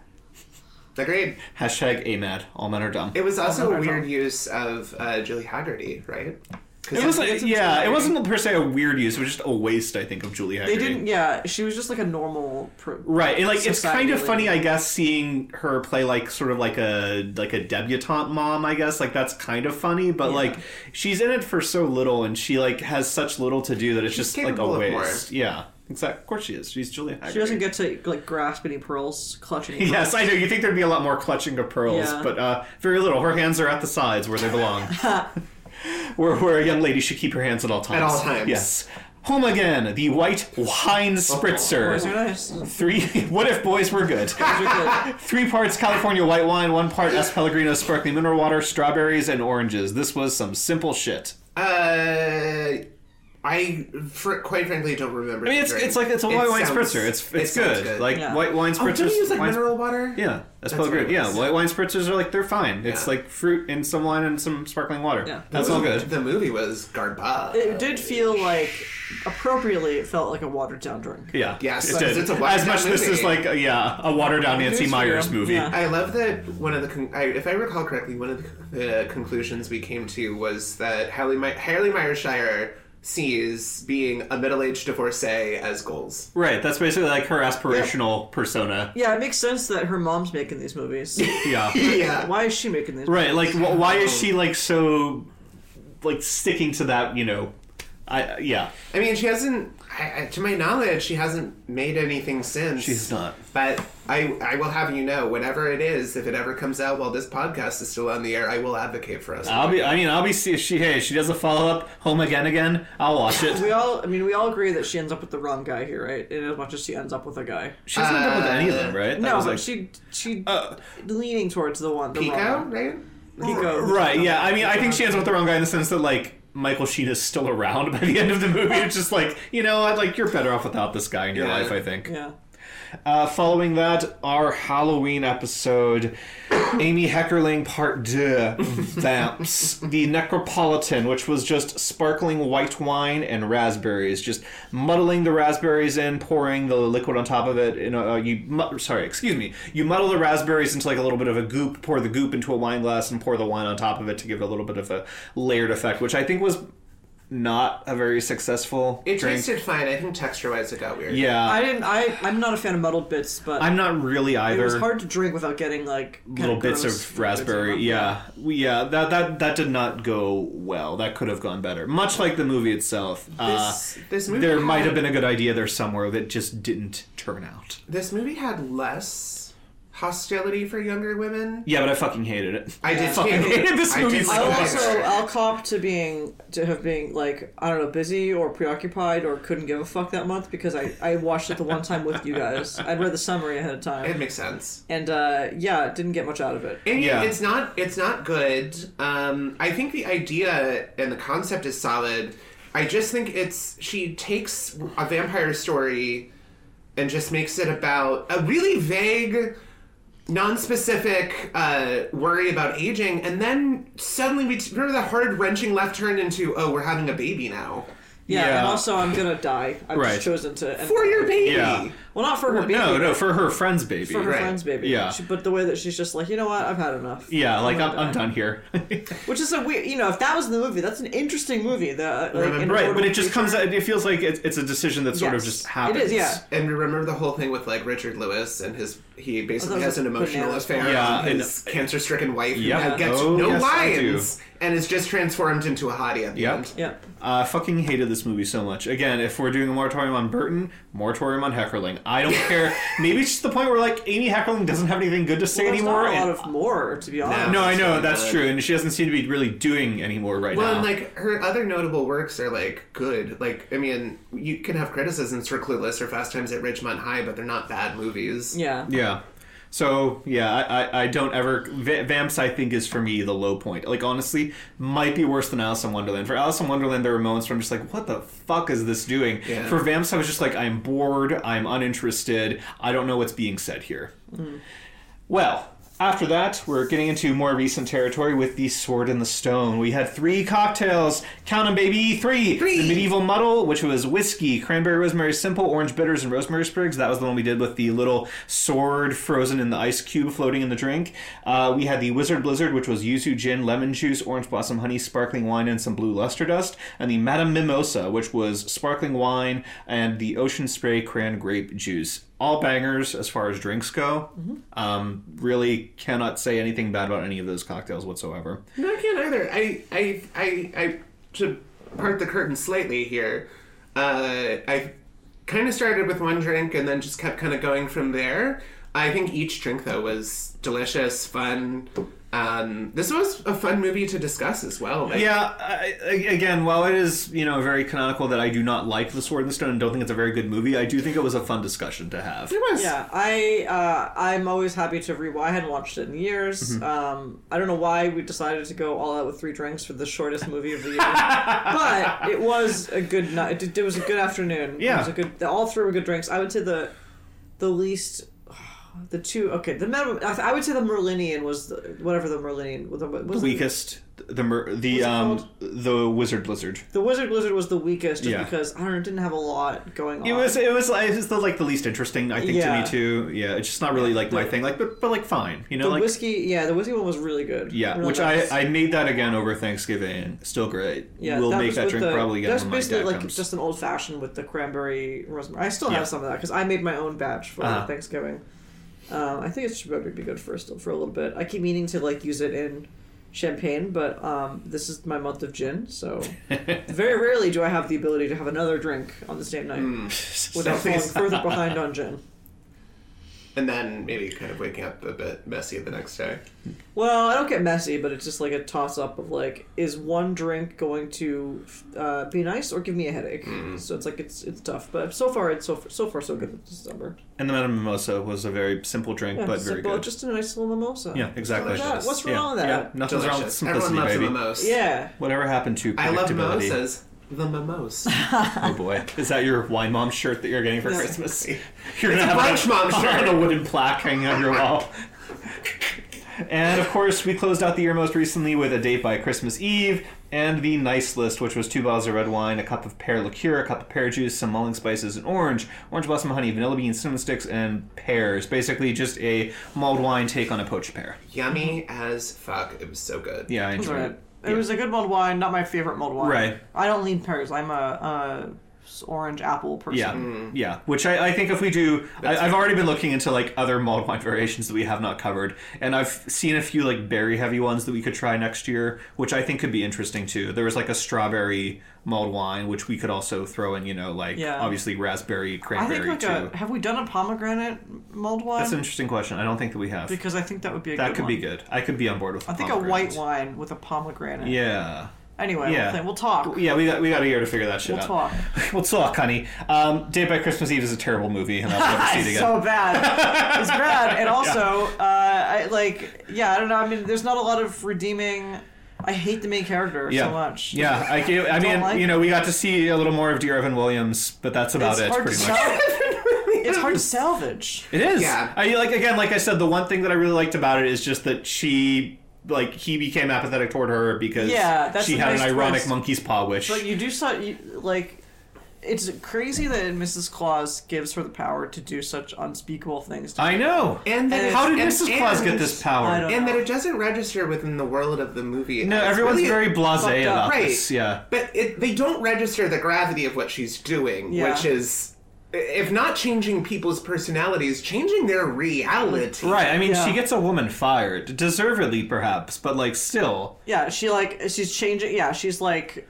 [SPEAKER 1] Agreed.
[SPEAKER 2] Hashtag AMAD. All men are dumb.
[SPEAKER 1] It was also a
[SPEAKER 3] Another
[SPEAKER 1] weird use of uh, Julie Haggerty, right? 'Cause
[SPEAKER 2] It was
[SPEAKER 1] it's-
[SPEAKER 2] like, yeah, it wasn't per se a weird use. It was just a waste, I think, of Julie Haggerty.
[SPEAKER 3] They didn't. Yeah, she was just like a normal. Pr-
[SPEAKER 2] Right, and like it's kind of
[SPEAKER 3] Societally.
[SPEAKER 2] funny, I guess, seeing her play like sort of like a like a debutante mom. I guess like that's kind of funny, but
[SPEAKER 3] Yeah.
[SPEAKER 2] like she's in it for so little, and she like has such little to do that it's just like a
[SPEAKER 1] capable of more.
[SPEAKER 2] waste. Yeah, exactly. Of course she is. She's Julia. Haggerty.
[SPEAKER 3] She doesn't get to like grasp any pearls, clutch any.
[SPEAKER 2] Yes, I know. You think there'd be a lot more clutching of pearls,
[SPEAKER 3] Yeah.
[SPEAKER 2] but uh, very little. Her hands are at the sides where they belong. where, where a young lady should keep her hands at all times.
[SPEAKER 1] all times.
[SPEAKER 2] Yes. Home again, the white wine
[SPEAKER 3] Pearls
[SPEAKER 2] spritzer.
[SPEAKER 3] are nice. Those
[SPEAKER 2] Three. What if boys were good?
[SPEAKER 3] are good.
[SPEAKER 2] Three parts California white wine, one part S. Pellegrino sparkling mineral water, strawberries, and oranges. This was some simple shit.
[SPEAKER 1] Uh, I fr- quite frankly don't remember.
[SPEAKER 2] I mean, it's, it's like it's a white wine spritzer. It's it's good. Like
[SPEAKER 3] Yeah.
[SPEAKER 2] white wine
[SPEAKER 1] oh,
[SPEAKER 2] spritzers.
[SPEAKER 1] do you use like
[SPEAKER 2] wine-
[SPEAKER 1] mineral water?
[SPEAKER 2] Yeah, that's,
[SPEAKER 1] That's
[SPEAKER 2] Pellegrino.
[SPEAKER 1] what it
[SPEAKER 2] Yeah,
[SPEAKER 1] was.
[SPEAKER 2] white wine spritzers are like they're fine. It's
[SPEAKER 1] Yeah.
[SPEAKER 2] like fruit and some wine and some sparkling water.
[SPEAKER 3] Yeah.
[SPEAKER 2] that's all good.
[SPEAKER 1] The movie was garbage.
[SPEAKER 3] It did feel like appropriately, it felt like a watered down drink.
[SPEAKER 2] Yeah.
[SPEAKER 1] Yes,
[SPEAKER 2] it did.
[SPEAKER 1] it's a
[SPEAKER 2] As
[SPEAKER 1] watered-down
[SPEAKER 2] much this
[SPEAKER 1] movie.
[SPEAKER 2] is like uh, yeah, a watered down Nancy
[SPEAKER 3] Here's
[SPEAKER 2] Myers
[SPEAKER 3] you.
[SPEAKER 2] movie.
[SPEAKER 3] Yeah.
[SPEAKER 1] I love that one of the, con- I, if I recall correctly, one of the uh, conclusions we came to was that Hallie, My- Hallie Meyershire sees being a middle aged divorcee as goals.
[SPEAKER 2] Right. That's basically like her aspirational persona.
[SPEAKER 3] Yeah, it makes sense that her mom's making these movies.
[SPEAKER 2] Yeah.
[SPEAKER 1] Yeah.
[SPEAKER 3] Why is she making these?
[SPEAKER 2] right. Like wh- why is she like so like sticking to that, you know? I yeah.
[SPEAKER 1] I mean, she hasn't, I, I, to my knowledge, she hasn't made anything since.
[SPEAKER 2] She's not.
[SPEAKER 1] But I, I will have you know, whenever it is, if it ever comes out while this podcast is still on the air, I will advocate for us.
[SPEAKER 2] I'll be I mean, I'll be see if she hey, she does a follow-up Home Again again. I'll watch it.
[SPEAKER 3] We all, I mean, we all agree that she ends up with the wrong guy here, right? In as much as she ends up with a guy. Uh,
[SPEAKER 2] She doesn't end up with any of them, right? That
[SPEAKER 3] no,
[SPEAKER 2] was,
[SPEAKER 3] but
[SPEAKER 2] like-
[SPEAKER 3] she she
[SPEAKER 2] Uh,
[SPEAKER 3] leaning towards the one. The
[SPEAKER 1] Pico,
[SPEAKER 3] wrong one.
[SPEAKER 1] right?
[SPEAKER 3] Pico.
[SPEAKER 2] Uh, Right, yeah. I mean, I think she ends up with the wrong guy in the sense that, like, Michael Sheen is still around by the end of the movie. It's just like, you know, what, like you're better off without this guy in your
[SPEAKER 1] Yeah.
[SPEAKER 2] life, I think.
[SPEAKER 3] Yeah.
[SPEAKER 2] Uh, following that, our Halloween episode, Amy Heckerling Part 2, Vamps, the Necropolitan, which was just sparkling white wine and raspberries, just muddling the raspberries in, pouring the liquid on top of it. In a, uh, you mu- sorry, excuse me, you muddle the raspberries into like a little bit of a goop, pour the goop into a wine glass, and pour the wine on top of it to give it a little bit of a layered effect, which I think was not a very successful
[SPEAKER 1] It
[SPEAKER 2] drink.
[SPEAKER 1] tasted fine. I think texture wise, it got weird.
[SPEAKER 2] yeah,
[SPEAKER 3] I didn't. I I'm not a fan of muddled bits, but
[SPEAKER 2] I'm not really either.
[SPEAKER 3] it was hard to drink without getting like kinda
[SPEAKER 2] little bits
[SPEAKER 3] gross
[SPEAKER 2] of raspberry. Yeah, We- yeah. That that that did not go well. That could have gone better. Much like the movie itself, uh,
[SPEAKER 1] This, this movie
[SPEAKER 2] there
[SPEAKER 1] had,
[SPEAKER 2] might have been a good idea there somewhere that just didn't turn out.
[SPEAKER 1] This movie had less hostility for younger women.
[SPEAKER 2] Yeah, but I fucking hated it.
[SPEAKER 1] I did
[SPEAKER 2] fucking
[SPEAKER 1] too.
[SPEAKER 2] hated this
[SPEAKER 1] I
[SPEAKER 2] movie
[SPEAKER 1] did
[SPEAKER 2] so
[SPEAKER 1] too.
[SPEAKER 3] I'll
[SPEAKER 2] much.
[SPEAKER 3] also I'll cop to being to have being like I don't know busy or preoccupied or couldn't give a fuck that month because I I watched it the one time with you guys. I'd read the summary ahead of
[SPEAKER 1] It
[SPEAKER 3] time
[SPEAKER 1] makes sense.
[SPEAKER 3] and uh, yeah, didn't get much out of it.
[SPEAKER 1] And
[SPEAKER 2] Yeah.
[SPEAKER 1] it's not it's not good. Um, I think the idea and the concept is solid. I just think it's she takes a vampire story and just makes it about a really vague non-specific uh, worry about aging and then suddenly we t- remember the hard wrenching left turn into oh we're having a baby now
[SPEAKER 3] Yeah,
[SPEAKER 2] Yeah.
[SPEAKER 3] and also I'm gonna die. I've
[SPEAKER 2] Right.
[SPEAKER 3] just chosen to and,
[SPEAKER 1] for your baby
[SPEAKER 2] Yeah.
[SPEAKER 3] well not for her baby,
[SPEAKER 2] No, no, for her friend's baby.
[SPEAKER 3] for her
[SPEAKER 1] Right.
[SPEAKER 3] friend's baby.
[SPEAKER 2] Yeah.
[SPEAKER 3] She- but the way that she's just like you know what I've had enough.
[SPEAKER 2] Yeah, like
[SPEAKER 3] gonna
[SPEAKER 2] I'm, I'm done here.
[SPEAKER 3] die." Which is a weird you know if that was in the movie that's an interesting movie. The uh, like,
[SPEAKER 1] Remember-
[SPEAKER 2] right, but
[SPEAKER 3] Inevitable
[SPEAKER 2] it just comes. out- It feels like it's, it's a decision that sort of
[SPEAKER 3] Yes.
[SPEAKER 2] just happens.
[SPEAKER 3] It is, yeah.
[SPEAKER 1] And we remember the whole thing with like Richard Lewis and his he basically
[SPEAKER 3] that
[SPEAKER 1] has
[SPEAKER 3] was
[SPEAKER 1] an
[SPEAKER 3] a
[SPEAKER 1] emotional
[SPEAKER 3] banana
[SPEAKER 1] affair
[SPEAKER 3] story.
[SPEAKER 2] Yeah,
[SPEAKER 1] with
[SPEAKER 2] and-
[SPEAKER 1] his cancer stricken wife
[SPEAKER 2] Yep.
[SPEAKER 1] who gets
[SPEAKER 2] Oh,
[SPEAKER 1] no
[SPEAKER 2] yes, I do.
[SPEAKER 1] lines and is just transformed into a hottie at the
[SPEAKER 2] Yep.
[SPEAKER 1] end.
[SPEAKER 3] Yeah.
[SPEAKER 2] I fucking hated this movie so much. Again, if we're doing a moratorium on Burton, moratorium on Heckerling. I don't care. Maybe it's just the point where like Amy Heckerling doesn't have anything good to say
[SPEAKER 3] Well, there's
[SPEAKER 2] anymore.
[SPEAKER 3] Not a lot
[SPEAKER 2] and-
[SPEAKER 3] of more, to be honest.
[SPEAKER 2] no, I know
[SPEAKER 1] Really
[SPEAKER 2] that's
[SPEAKER 1] good.
[SPEAKER 2] true, and she doesn't seem to be really doing anymore right
[SPEAKER 1] Well,
[SPEAKER 2] now.
[SPEAKER 1] and like her other notable works are like good. Like I mean, you can have criticisms for Clueless or Fast Times at Ridgemont High, but they're not bad movies.
[SPEAKER 3] Yeah.
[SPEAKER 2] yeah. So yeah, I, I, I don't ever Va- Vamps I think is for me the low point. Like honestly, might be worse than Alice in Wonderland. For Alice in Wonderland, there were moments where I'm just like, what the fuck is this doing?
[SPEAKER 1] Yeah.
[SPEAKER 2] For Vamps, I was just like, I'm bored. I'm uninterested. I don't know what's being said here. Well, after that, we're getting into more recent territory with the Sword and the Stone. We had three cocktails. Count 'em, baby. Three.
[SPEAKER 1] Three.
[SPEAKER 2] The Medieval Muddle, which was whiskey, cranberry, rosemary simple, orange bitters, and rosemary sprigs. That was the one we did with the little sword frozen in the ice cube floating in the drink. Uh, we had the Wizard Blizzard, which was yuzu gin, lemon juice, orange blossom honey, sparkling wine, and some blue luster dust. And the Madame Mimosa, which was sparkling wine and the ocean spray cran grape juice all bangers as far as drinks go. Um, really cannot say anything bad about any of those cocktails whatsoever.
[SPEAKER 1] No, I can't either. I, I, I, I to part the curtain slightly here. Uh, I kind of started with one drink and then just kept kind of going from there. I think each drink though was delicious, fun. Um, this was a fun movie to discuss as well. Like,
[SPEAKER 2] Yeah, I, I- again, while it is you know very canonical that I do not like The Sword and the Stone and don't think it's a very good movie, I do think it was a fun discussion to have.
[SPEAKER 1] it was.
[SPEAKER 3] Yeah, I uh, I'm always happy to rewatch. I hadn't watched it in years.
[SPEAKER 2] Mm-hmm.
[SPEAKER 3] Um, I don't know why we decided to go all out with three drinks for the shortest movie of the year, but it was a good night. It, it was a good afternoon. it
[SPEAKER 2] Yeah.
[SPEAKER 3] was a good. All three were good drinks. I would say the the least. the two. Okay, the Mad. I, th- I would say the Merlinian was the, whatever the Merlinian was. The, was the,
[SPEAKER 2] Weakest, the mer- the
[SPEAKER 3] it
[SPEAKER 2] um
[SPEAKER 3] called?
[SPEAKER 2] the wizard blizzard.
[SPEAKER 3] the Wizard Blizzard was the weakest, just
[SPEAKER 2] Yeah.
[SPEAKER 3] because I don't know, it didn't have a lot going on.
[SPEAKER 2] It was it was like it was the, like the least interesting I think to
[SPEAKER 3] Yeah.
[SPEAKER 2] me too. Yeah, it's just not really like my thing. Like, but but like fine, you know,
[SPEAKER 3] the
[SPEAKER 2] like
[SPEAKER 3] whiskey. Yeah, the whiskey one was really good.
[SPEAKER 2] yeah.
[SPEAKER 3] Really
[SPEAKER 2] which
[SPEAKER 3] nice.
[SPEAKER 2] I I made that again over Thanksgiving. Still great.
[SPEAKER 3] Yeah,
[SPEAKER 2] we'll
[SPEAKER 3] that
[SPEAKER 2] make
[SPEAKER 3] was
[SPEAKER 2] that
[SPEAKER 3] with
[SPEAKER 2] drink
[SPEAKER 3] the,
[SPEAKER 2] probably again
[SPEAKER 3] That's
[SPEAKER 2] when my
[SPEAKER 3] basically
[SPEAKER 2] dad
[SPEAKER 3] like
[SPEAKER 2] comes.
[SPEAKER 3] just an old fashioned with the cranberry rosemary. I still
[SPEAKER 2] Yeah.
[SPEAKER 3] have some of that because I made my own batch for
[SPEAKER 2] Uh-huh.
[SPEAKER 3] Thanksgiving. Um, I think it should probably be good for still for a little bit. I keep meaning to like use it in champagne, but um, this is my month of gin, so very rarely do I have the ability to have another drink on the same night
[SPEAKER 2] Hmm.
[SPEAKER 3] without falling further behind on gin.
[SPEAKER 1] and then maybe kind of waking up a bit messy the next day.
[SPEAKER 3] Well, I don't get messy, but it's just like a toss up of like, is one drink going to uh, be nice or give me a headache?
[SPEAKER 2] Mm-hmm.
[SPEAKER 3] So it's like it's it's tough, but so far it's so far, so far so good with December.
[SPEAKER 2] and the Madame Mimosa was a very simple drink,
[SPEAKER 3] Yeah,
[SPEAKER 2] but
[SPEAKER 3] just
[SPEAKER 2] very
[SPEAKER 3] simple-
[SPEAKER 2] good.
[SPEAKER 3] Just a nice little mimosa.
[SPEAKER 2] yeah, exactly.
[SPEAKER 1] Delicious.
[SPEAKER 3] Yeah, Oh what's wrong with
[SPEAKER 2] yeah,
[SPEAKER 3] that?
[SPEAKER 2] Yeah, nothing's wrong with
[SPEAKER 1] Delicious. Everyone
[SPEAKER 2] simplicity,
[SPEAKER 1] loves
[SPEAKER 2] baby.
[SPEAKER 1] a mimosa.
[SPEAKER 3] Yeah.
[SPEAKER 2] Whatever happened to predictability?
[SPEAKER 1] I love mimosas. The mimose.
[SPEAKER 2] Oh boy, is that your wine mom shirt that you're getting for
[SPEAKER 3] No.
[SPEAKER 2] Christmas? You're gonna
[SPEAKER 1] a
[SPEAKER 2] have
[SPEAKER 1] brunch mom shirt.
[SPEAKER 2] on a wooden plaque hanging on your wall. and of course, we closed out the year most recently with a date by Christmas Eve and the nice list, which was two bottles of red wine, a cup of pear liqueur, a cup of pear juice, some mulling spices, an orange, orange blossom honey, vanilla beans, cinnamon sticks, and pears. Basically, just a mulled wine take on a poached pear.
[SPEAKER 1] Yummy as fuck. It was so good.
[SPEAKER 2] Yeah, I
[SPEAKER 3] It was
[SPEAKER 2] enjoyed
[SPEAKER 3] alright.
[SPEAKER 2] it.
[SPEAKER 3] It was a good mulled wine, not my favorite mulled wine.
[SPEAKER 2] Right.
[SPEAKER 3] I don't lean pears. I'm a, uh s- orange apple person.
[SPEAKER 2] Yeah, yeah. Which I, I think if we do, I, I've already been looking into like other mulled wine variations that we have not covered, and I've seen a few like berry heavy ones that we could try next year, which I think could be interesting too. There was like a strawberry mulled wine, which we could also throw in, you know, like
[SPEAKER 3] Yeah.
[SPEAKER 2] obviously raspberry,
[SPEAKER 3] I
[SPEAKER 2] cranberry
[SPEAKER 3] think like
[SPEAKER 2] too.
[SPEAKER 3] a have we done a pomegranate mulled wine?
[SPEAKER 2] That's an interesting question. I don't think that we have.
[SPEAKER 3] because I think that would be a
[SPEAKER 2] that
[SPEAKER 3] good
[SPEAKER 2] could
[SPEAKER 3] one.
[SPEAKER 2] be good. I could be on board with.
[SPEAKER 3] I think a white wine with a pomegranate.
[SPEAKER 2] Yeah.
[SPEAKER 3] Anyway,
[SPEAKER 2] Yeah.
[SPEAKER 3] We'll, think- we'll talk.
[SPEAKER 2] Yeah, we got we got a year to figure that shit
[SPEAKER 3] We'll
[SPEAKER 2] out.
[SPEAKER 3] talk.
[SPEAKER 2] we'll talk, honey. Um, Date by Christmas Eve is a terrible movie, and I'll never see it again.
[SPEAKER 3] It's so bad. It's bad, and also, uh, I like, yeah, I don't know. I mean, there's not a lot of redeeming. I hate the main character
[SPEAKER 2] yeah.
[SPEAKER 3] so much.
[SPEAKER 2] Yeah, I gave, I mean,
[SPEAKER 3] like
[SPEAKER 2] you know, we got to see a little more of Dear Evan Williams, but that's about
[SPEAKER 3] it's
[SPEAKER 2] it,
[SPEAKER 3] hard to
[SPEAKER 2] pretty much.
[SPEAKER 3] salvage. it's hard to salvage.
[SPEAKER 2] It is.
[SPEAKER 1] Yeah.
[SPEAKER 2] I like again, like I said, the one thing that I really liked about it is just that she, like, he became apathetic toward her because
[SPEAKER 3] Yeah, that's
[SPEAKER 2] she
[SPEAKER 3] a
[SPEAKER 2] had
[SPEAKER 3] nice
[SPEAKER 2] an ironic
[SPEAKER 3] twist.
[SPEAKER 2] monkey's paw wish.
[SPEAKER 3] But you do so you, like it's crazy that Mrs. Claus gives her the power to do such unspeakable things. To
[SPEAKER 2] I know.
[SPEAKER 1] And then
[SPEAKER 2] how did
[SPEAKER 1] and-
[SPEAKER 2] Mrs. Claus
[SPEAKER 1] and-
[SPEAKER 2] get this power?
[SPEAKER 3] I don't-
[SPEAKER 1] And that it doesn't register within the world of the movie.
[SPEAKER 2] No,
[SPEAKER 1] It's
[SPEAKER 2] everyone's
[SPEAKER 1] really-
[SPEAKER 2] very blasé
[SPEAKER 3] fucked up.
[SPEAKER 2] about
[SPEAKER 1] Right.
[SPEAKER 2] this. Yeah.
[SPEAKER 1] But it, they don't register the gravity of what she's doing,
[SPEAKER 3] Yeah.
[SPEAKER 1] which is, if not changing people's personalities, changing their reality.
[SPEAKER 2] Right. I mean,
[SPEAKER 3] Yeah.
[SPEAKER 2] she gets a woman fired, deservedly perhaps, but like still.
[SPEAKER 3] yeah, she like she's changing. Yeah, she's like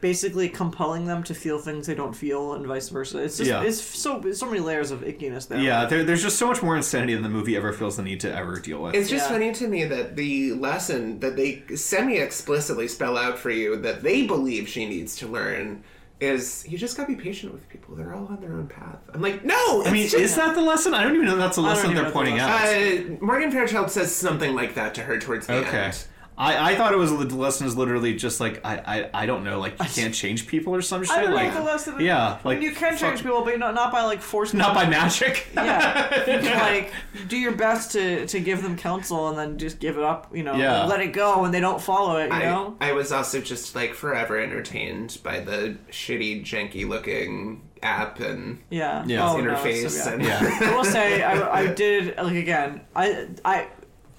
[SPEAKER 3] basically compelling them to feel things they don't feel and vice versa. It's just
[SPEAKER 2] Yeah.
[SPEAKER 3] it's so so many layers of ickiness there.
[SPEAKER 2] Yeah, there, there's just so much more insanity than the movie ever feels the need to ever deal with.
[SPEAKER 1] It's just
[SPEAKER 3] Yeah.
[SPEAKER 1] funny to me that the lesson that they semi explicitly spell out for you that they believe she needs to learn is you just gotta be patient with people. They're all on their own path. I'm like, no!
[SPEAKER 2] I mean, is that the lesson? I don't even know that's a lesson
[SPEAKER 3] even know
[SPEAKER 2] they're
[SPEAKER 3] the
[SPEAKER 2] pointing
[SPEAKER 3] lesson.
[SPEAKER 2] out.
[SPEAKER 1] Uh, Morgan Fairchild says something like that to her towards the
[SPEAKER 2] okay.
[SPEAKER 1] end.
[SPEAKER 2] I, I thought it was the lesson is literally just like I, I I don't know like you can't change people or some shit
[SPEAKER 3] I don't
[SPEAKER 2] like
[SPEAKER 3] know the lesson.
[SPEAKER 2] yeah
[SPEAKER 3] I mean,
[SPEAKER 2] like
[SPEAKER 3] you can
[SPEAKER 2] fuck-
[SPEAKER 3] change people, but not not by like forcing.
[SPEAKER 2] not by
[SPEAKER 3] them.
[SPEAKER 2] magic
[SPEAKER 3] yeah, You can, like do your best to to give them counsel and then just give it up. You know,
[SPEAKER 2] Yeah.
[SPEAKER 3] let it go, and they don't follow it. You know,
[SPEAKER 1] I, I was also just like forever entertained by the shitty, janky looking app and
[SPEAKER 3] yeah,
[SPEAKER 2] Yeah.
[SPEAKER 3] Oh, no, it's so
[SPEAKER 1] interface.
[SPEAKER 3] bad.
[SPEAKER 1] and
[SPEAKER 2] yeah
[SPEAKER 3] I will say I, I did like again. I I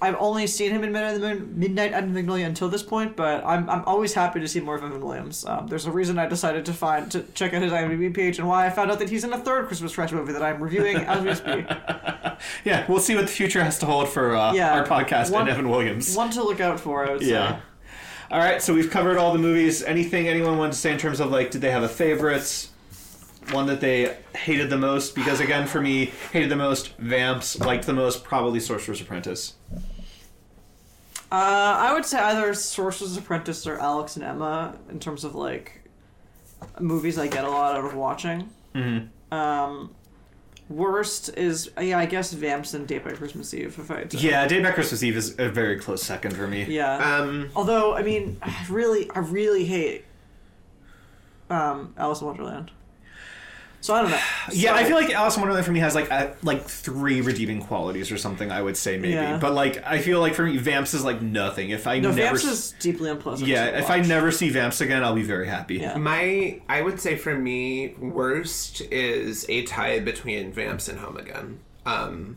[SPEAKER 3] I've only seen him in Midnight, at the Moon- Midnight at Magnolia until this point, but I'm I'm always happy to see more of Evan Williams. Um, there's a reason I decided to find to check out his IMDb page and why I found out that he's in a third Christmas Trash movie that I'm reviewing as we speak.
[SPEAKER 2] yeah we'll see what the future has to hold for uh,
[SPEAKER 3] Yeah.
[SPEAKER 2] our podcast
[SPEAKER 3] One-
[SPEAKER 2] and Evan Williams
[SPEAKER 3] One to look out for. I would
[SPEAKER 2] yeah.
[SPEAKER 3] say.
[SPEAKER 2] All right, so we've covered all the movies. Anything anyone wanted to say in terms of like, did they have a favorite? One that they hated the most? Because again, for me, hated the most. Vamps liked the most. Probably Sorcerer's Apprentice.
[SPEAKER 3] Uh, I would say either Sorcerer's Apprentice or Alex and Emma in terms of like movies I get a lot out of watching. Mm-hmm. Um, worst is yeah, I guess Vamps and Date by Christmas Eve. If I had to.
[SPEAKER 2] Yeah, Day by Christmas Eve is a very close second for me.
[SPEAKER 3] Yeah.
[SPEAKER 1] Um,
[SPEAKER 3] Although I mean, I really, I really hate um, Alice in Wonderland. So I don't know.
[SPEAKER 2] Yeah,
[SPEAKER 3] So-
[SPEAKER 2] I feel like Alice in Wonderland for me has like a, like three redeeming qualities or something. I would say maybe,
[SPEAKER 3] Yeah.
[SPEAKER 2] but like I feel like for me, Vamps is like nothing. If I
[SPEAKER 3] no,
[SPEAKER 2] never,
[SPEAKER 3] Vamps
[SPEAKER 2] s-
[SPEAKER 3] is deeply unpleasant.
[SPEAKER 2] yeah,
[SPEAKER 3] to
[SPEAKER 2] if I
[SPEAKER 3] watch.
[SPEAKER 2] never see Vamps again, I'll be very happy.
[SPEAKER 3] Yeah.
[SPEAKER 1] My, I would say for me, worst is a tie between Vamps and Home Again. Um,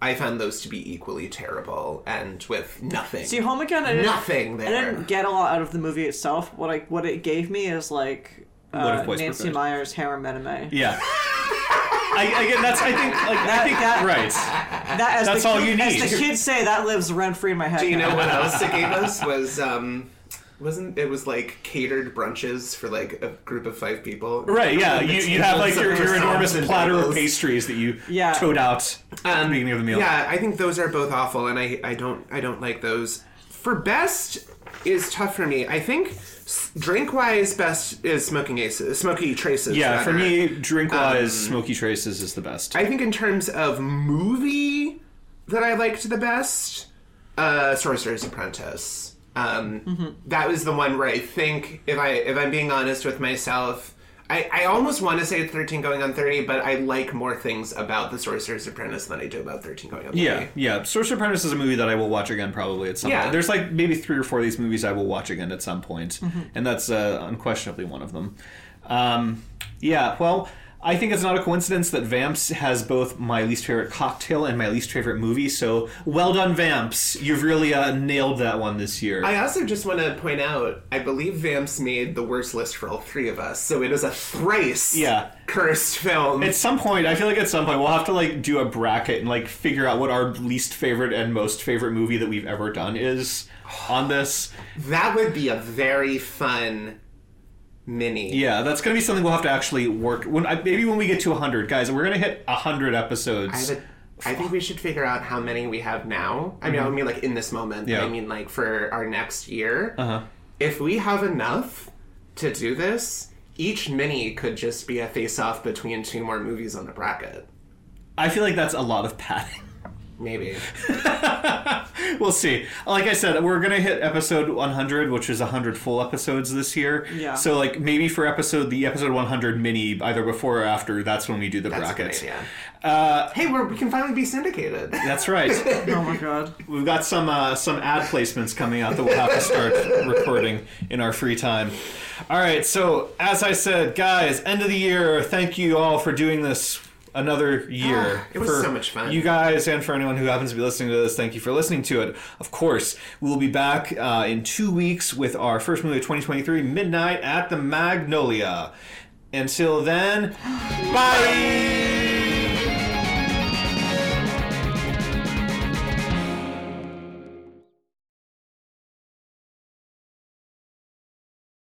[SPEAKER 1] I found those to be equally terrible and with nothing.
[SPEAKER 3] See, Home Again, I didn't,
[SPEAKER 1] Nothing
[SPEAKER 3] I
[SPEAKER 1] there.
[SPEAKER 3] didn't get a lot out of the movie itself. What I what it gave me is like
[SPEAKER 2] What
[SPEAKER 3] uh,
[SPEAKER 2] if boys
[SPEAKER 3] Nancy
[SPEAKER 2] preferred?
[SPEAKER 3] Myers harem anime.
[SPEAKER 2] Yeah. I, again, that's I think like I
[SPEAKER 3] That-
[SPEAKER 2] think
[SPEAKER 3] that-
[SPEAKER 2] right.
[SPEAKER 3] That, as
[SPEAKER 2] That's
[SPEAKER 3] the
[SPEAKER 2] all
[SPEAKER 3] kid-
[SPEAKER 2] you
[SPEAKER 3] As the
[SPEAKER 2] need.
[SPEAKER 3] kids say, that lives rent free in my head.
[SPEAKER 1] Do you
[SPEAKER 3] now.
[SPEAKER 1] know what else it gave us was um wasn't it was like catered brunches for like a group of five people
[SPEAKER 2] Right, yeah. You, you have like your, your
[SPEAKER 1] Croissants
[SPEAKER 2] enormous
[SPEAKER 1] and
[SPEAKER 2] platter of
[SPEAKER 1] bagels.
[SPEAKER 2] pastries that you
[SPEAKER 3] Yeah.
[SPEAKER 2] tote out at the beginning of the meal.
[SPEAKER 1] yeah i think those are both awful and i i don't i don't like those for best is tough for me i think drink wise best is smoking aces smoky traces
[SPEAKER 2] Yeah, for
[SPEAKER 1] rather.
[SPEAKER 2] me, drink wise, Smoky Traces is the best.
[SPEAKER 1] I think in terms of movie that I liked the best, uh, Sorcerer's Apprentice. Um,
[SPEAKER 2] Mm-hmm.
[SPEAKER 1] That was the one where I think, if I if I'm being honest with myself, I, I almost want to say 13 going on 30, but I like more things about the Sorcerer's Apprentice than I do about 13 going on 30.
[SPEAKER 2] yeah, yeah. Sorcerer's Apprentice is a movie that I will watch again probably at some
[SPEAKER 1] Yeah.
[SPEAKER 2] point. There's like maybe three or four of these movies I will watch again at some point,
[SPEAKER 1] Mm-hmm.
[SPEAKER 2] and that's uh, unquestionably one of them. Um, yeah, well, I think it's not a coincidence that Vamps has both my least favorite cocktail and my least favorite movie. So well done, Vamps. You've really uh, nailed that one this year.
[SPEAKER 1] I also just want to point out, I believe Vamps made the worst list for all three of us, so it is a thrice
[SPEAKER 2] Yeah.
[SPEAKER 1] cursed film.
[SPEAKER 2] At some point, I feel like at some point we'll have to like do a bracket and like figure out what our least favorite and most favorite movie that we've ever done is on this.
[SPEAKER 1] that would be a very fun mini.
[SPEAKER 2] Yeah, that's gonna be something we'll have to actually work when I, maybe when we get to hundred, guys. We're gonna hit hundred
[SPEAKER 1] I,
[SPEAKER 2] episodes.
[SPEAKER 1] have a, I think we should figure out how many we have now. I mean, I don't mean like in this moment.
[SPEAKER 2] Mm-hmm. Yeah.
[SPEAKER 1] But I mean like for our next year.
[SPEAKER 2] Uh-huh.
[SPEAKER 1] If we have enough to do this, each mini could just be a face-off between two more movies on the bracket.
[SPEAKER 2] I feel like that's a lot of padding.
[SPEAKER 1] Maybe.
[SPEAKER 2] we'll see. Like I said, we're gonna hit episode 100, which is 100 full episodes this year.
[SPEAKER 3] Yeah.
[SPEAKER 2] So like maybe for episode the episode 100 mini, either before or after, that's when we do the
[SPEAKER 1] That's a
[SPEAKER 2] brackets.
[SPEAKER 1] good idea.
[SPEAKER 2] Uh,
[SPEAKER 1] hey, we're, we can finally be syndicated.
[SPEAKER 2] That's right.
[SPEAKER 3] Oh my god.
[SPEAKER 2] We've got some uh, some ad placements coming out that we'll have to start recording in our free time. All right, so as I said, guys, end of the year. Thank you all for doing this another year.
[SPEAKER 1] Ah, it was
[SPEAKER 2] For
[SPEAKER 1] so much fun.
[SPEAKER 2] You guys and for anyone who happens to be listening to this, thank you for listening to it. Of course, we'll be back uh, in two weeks with our first movie of 2023, Midnight at the Magnolia. Until then, bye.